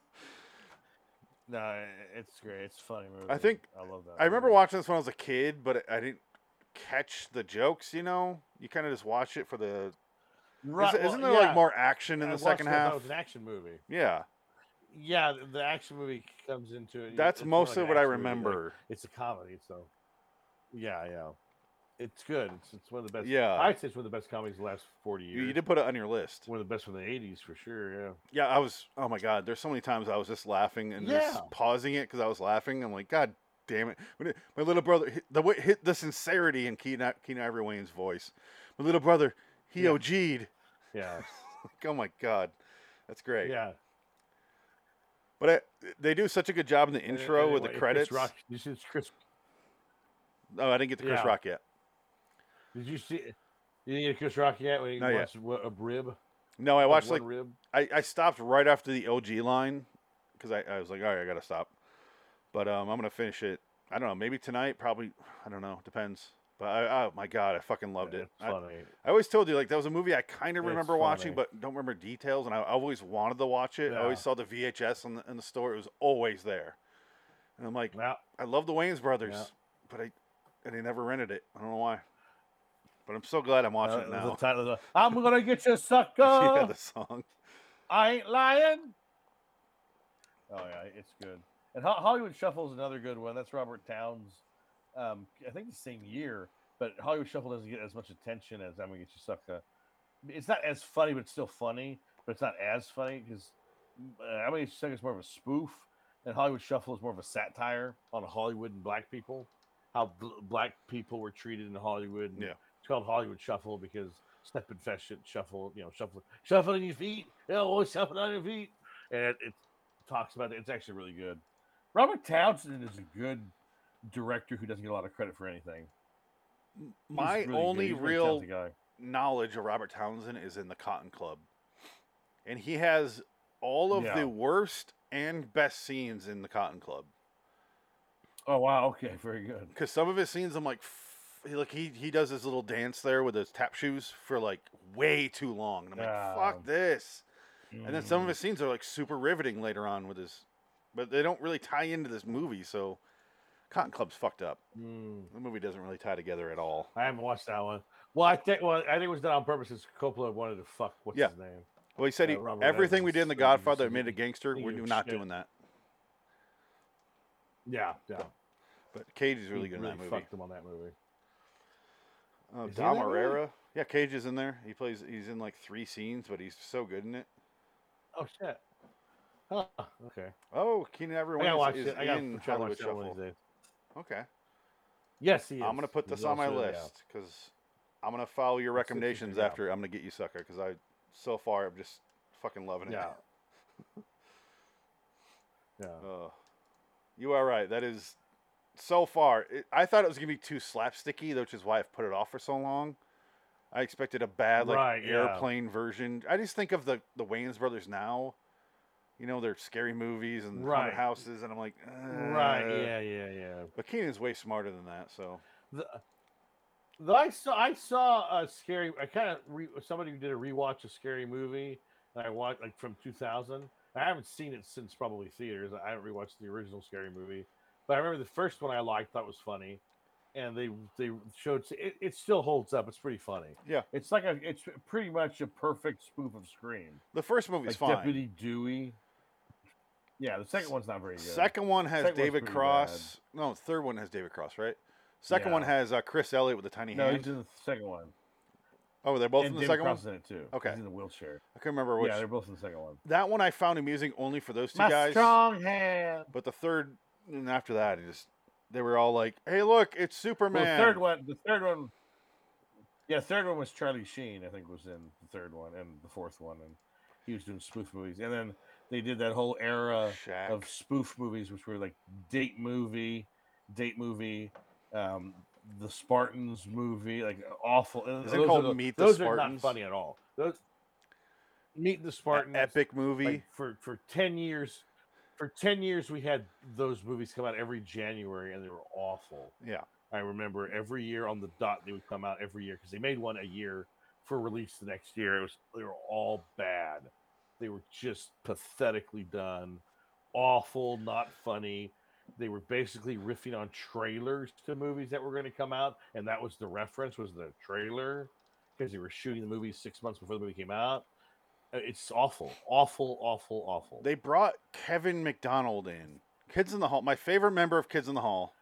C: No, i- it's great. It's a funny movie.
A: think-
C: I love that.
A: I remember
C: movie.
A: watching this when I was a kid, but I didn't catch the jokes. You know, you kind of just watch it for the.
C: Right,
A: isn't,
C: well,
A: isn't there
C: yeah,
A: like more action in
B: I
A: the
B: watched
A: second
B: it as though
A: half?
B: It was an action movie.
A: Yeah,
B: Yeah, the- the action movie comes into it.
A: that's
B: it's more like
A: mostly
B: an
A: what I
B: action movie, like,
A: remember.
B: it's a comedy, so yeah, yeah, it's good. It's, it's one of the best.
A: Yeah.
B: I'd say it's one of the best comedies of the last forty
A: you,
B: years.
A: you did put it on your list.
B: One of the best from the '80s for sure. Yeah.
A: Yeah, I was. Oh my god, there's so many times I was just laughing and
B: Yeah.
A: just pausing it because I was laughing. I'm like, God damn it! When it- my little brother, hi- the way- hit the sincerity in Keenan Keenan Ivory Wayne's voice. My little brother, he
B: Yeah.
A: OG'd.
B: Yeah.
A: Like, oh my god, that's great.
B: Yeah.
A: But I, they do such a good job in the
B: And it-
A: intro
B: and it-
A: with the
B: it- it's
A: credits.
B: Rock, this is Chris.
A: Oh, I didn't get to Chris
B: Yeah.
A: Rock yet.
B: Did you see? You didn't get Chris Rock yet when he
A: Not yet.
B: watched what, a rib?
A: No, I watched
B: one
A: like
B: rib.
A: I, I stopped right after the OG line because I, I was like, all right, I gotta stop. But um, I'm gonna finish it. I don't know, maybe tonight, probably. I don't know, depends. But I, oh my god, I fucking loved
B: Yeah,
A: it.
B: it's
A: I,
B: Funny.
A: I always told you like that was a movie I kind of
B: It's
A: remember watching,
B: funny.
A: but don't remember details. And I, I always wanted to watch it. I always
B: Yeah.
A: saw the VHS in the, in the store. It was always there. And I'm like,
B: Well,
A: I love the Wayne's Brothers, but I and I never rented it. I don't know why. But I'm so glad I'm watching
B: uh,
A: it
B: the
A: now.
B: title of the- I'm gonna get you, sucker.
A: yeah, the song.
B: I ain't lying.
C: Oh yeah, it's good. And Ho- Hollywood Shuffle is another good one. That's Robert Towns. Um, I think the same year, but Hollywood Shuffle doesn't get as much attention as I'm gonna get you sucker. It's not as funny, but it's still funny. But it's not as funny because uh, I'm gonna get you sucker is more of a spoof, and Hollywood Shuffle is more of a satire on Hollywood and black people.
B: How bl- black people were treated in Hollywood. and
A: Yeah.
B: It's called Hollywood Shuffle because step and fetch it, shuffle, you know, shuffle, shuffling your feet. You know, always shuffling on your feet. And it, it talks about it. It's actually really good.
C: Robert Townsend is a good director who doesn't get a lot of credit for anything. He's
A: My
C: really good.
A: only
C: He's a really
A: real
C: talented guy.
A: knowledge of Robert Townsend is in the Cotton Club. And he has all of
C: Yeah.
A: the worst and best scenes in the Cotton Club.
C: Oh wow, okay, very good.
A: Because some of his scenes, I'm like, f- he- like he, he does his little dance there with his tap shoes for like way too long. And I'm
C: Yeah.
A: like, fuck this. And then
B: Mm-hmm.
C: Mm.
A: some of his scenes are like super riveting later on with his, but they don't really tie into this movie. So Cotton Club's fucked up.
B: Mm,
A: The movie doesn't really tie together at all.
B: I haven't watched that one. Well, I think well, I think it was done on purpose because Coppola wanted to fuck what's
A: Yeah.
B: his name.
A: Well, he said
B: Yeah,
A: he,
B: Robert
A: everything we did in The
B: Evans, um,
A: Godfather that made a gangster,
B: he
A: we're
B: was
A: not
B: shit.
A: doing that.
B: Yeah, yeah.
A: But Cage is really
B: He
A: good in that movie.
B: Fucked him on that movie.
A: Oh,
B: Is he in that
A: Dom
B: movie?
A: Herrera. Yeah, Cage is in there. He plays. He's in like three scenes, but he's so good in it.
B: Oh shit. Huh. Okay.
A: Oh, Keenan
B: I gotta
A: Ivory
B: watch
A: Wayans is,
B: it. I
A: in
B: gotta try to
A: Hollywood
B: watch that one of
A: Shuffle.
B: these days.
A: Okay,
B: Yes, he is.
A: I'm gonna put
B: He's
A: this on my
B: also- yeah.
A: list because I'm gonna follow your
B: Let's see if you
A: recommendations
B: dig it up.
A: after. I'm gonna get you sucker because I, so far, I'm just fucking loving it.
B: Yeah. Yeah.
A: Oh, you are right. That is so far. It, I thought it was gonna be too slapsticky, which is why I've put it off for so long. I expected a bad like
B: Right, yeah.
A: airplane version. I just think of the the Wayans brothers now. You know, they're scary movies and haunted
B: Right.
A: houses, and I'm like,
B: Right.
A: "Uh."
B: Yeah. Yeah. Yeah.
A: But Keenan's way smarter than that, so
B: The, the, I saw I saw a scary. I kind of re, somebody did a rewatch of scary movie, and I watched like from 2000. I haven't seen it since probably theaters. I haven't rewatched the original scary movie, but I remember the first one I liked. Thought was funny, and they they showed it. It still holds up. It's pretty funny.
A: Yeah.
C: It's like a, it's pretty much a perfect spoof of Scream.
A: the first movie's
C: Like
A: fine.
C: Deputy Dewey. Yeah, the second one's not very good.
A: Second one has
C: Second one's
A: David
C: pretty
A: Cross. No, third one has David Cross, right? Second one
C: Yeah.
A: has uh, Chris Elliott with the tiny
C: no, he's
A: hand.
C: in the second one.
A: Oh, they're both
C: and
A: in the
C: David
A: second
C: Cross
A: one.
C: is in it too.
A: Okay.
C: He's in the wheelchair.
A: I can't remember which.
C: Yeah, they're both in the second one.
A: that one I found amusing only for those two guys.
C: strong hand.
A: But the third and after that, it just they were all like, "Hey, look, it's Superman."
C: Well, the third one, the third one, yeah, the third one was Charlie Sheen, I think, was in the third one and the fourth one, and he was doing spoof movies, and then they did that whole
B: uh,
C: era
A: Shaq.
C: of spoof movies, which were like date movie, date movie, um, the Spartans movie, like awful. and
A: Is it
C: those are
A: called
C: the-
A: Meet the
B: Those are not
A: Spartans?
B: funny at all. Those Meet the Spartans.
A: E-, Epic movie.
B: like, for for 10 years for 10 years we had those movies come out every january and they were awful
A: yeah,
B: i remember every year on the dot they would come out every year because they made one a year for release the next year it was they were all bad they were just pathetically done awful not funny they were basically riffing on trailers to movies that were going to come out and that was the reference was the trailer because they were shooting the movie six months before the movie came out Uh, it's awful awful awful awful
A: they brought Kevin McDonald in. Kids in the Hall, my favorite member of Kids in the Hall.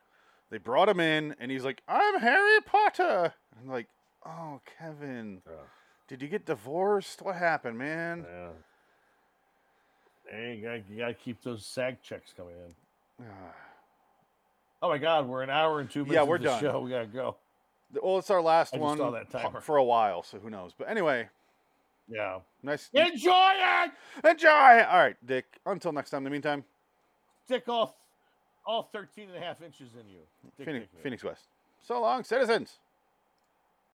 A: They brought him in, and he's like, "I'm Harry Potter." I'm like, "Oh, Kevin,
B: Yeah.
A: did you get divorced? What happened, man?"
B: Uh, Yeah. Hey, you gotta, you gotta keep those SAG checks coming in.
A: Ah.
B: Oh my God, we're an hour and two minutes.
A: Yeah, we're
B: into the
A: done.
B: Show, we gotta go.
A: well, it's our last
B: I just
A: one
B: saw that
A: po-
B: timer.
A: for a while, so who knows? But anyway,
B: Yeah.
A: nice
B: Enjoy it.
A: enjoy. All right, Dick. Until next time. In the meantime,
B: Stick off all 13 and a half inches in you. Dick
A: Phoenix,
B: Dickman.
A: Phoenix West. So long, citizens.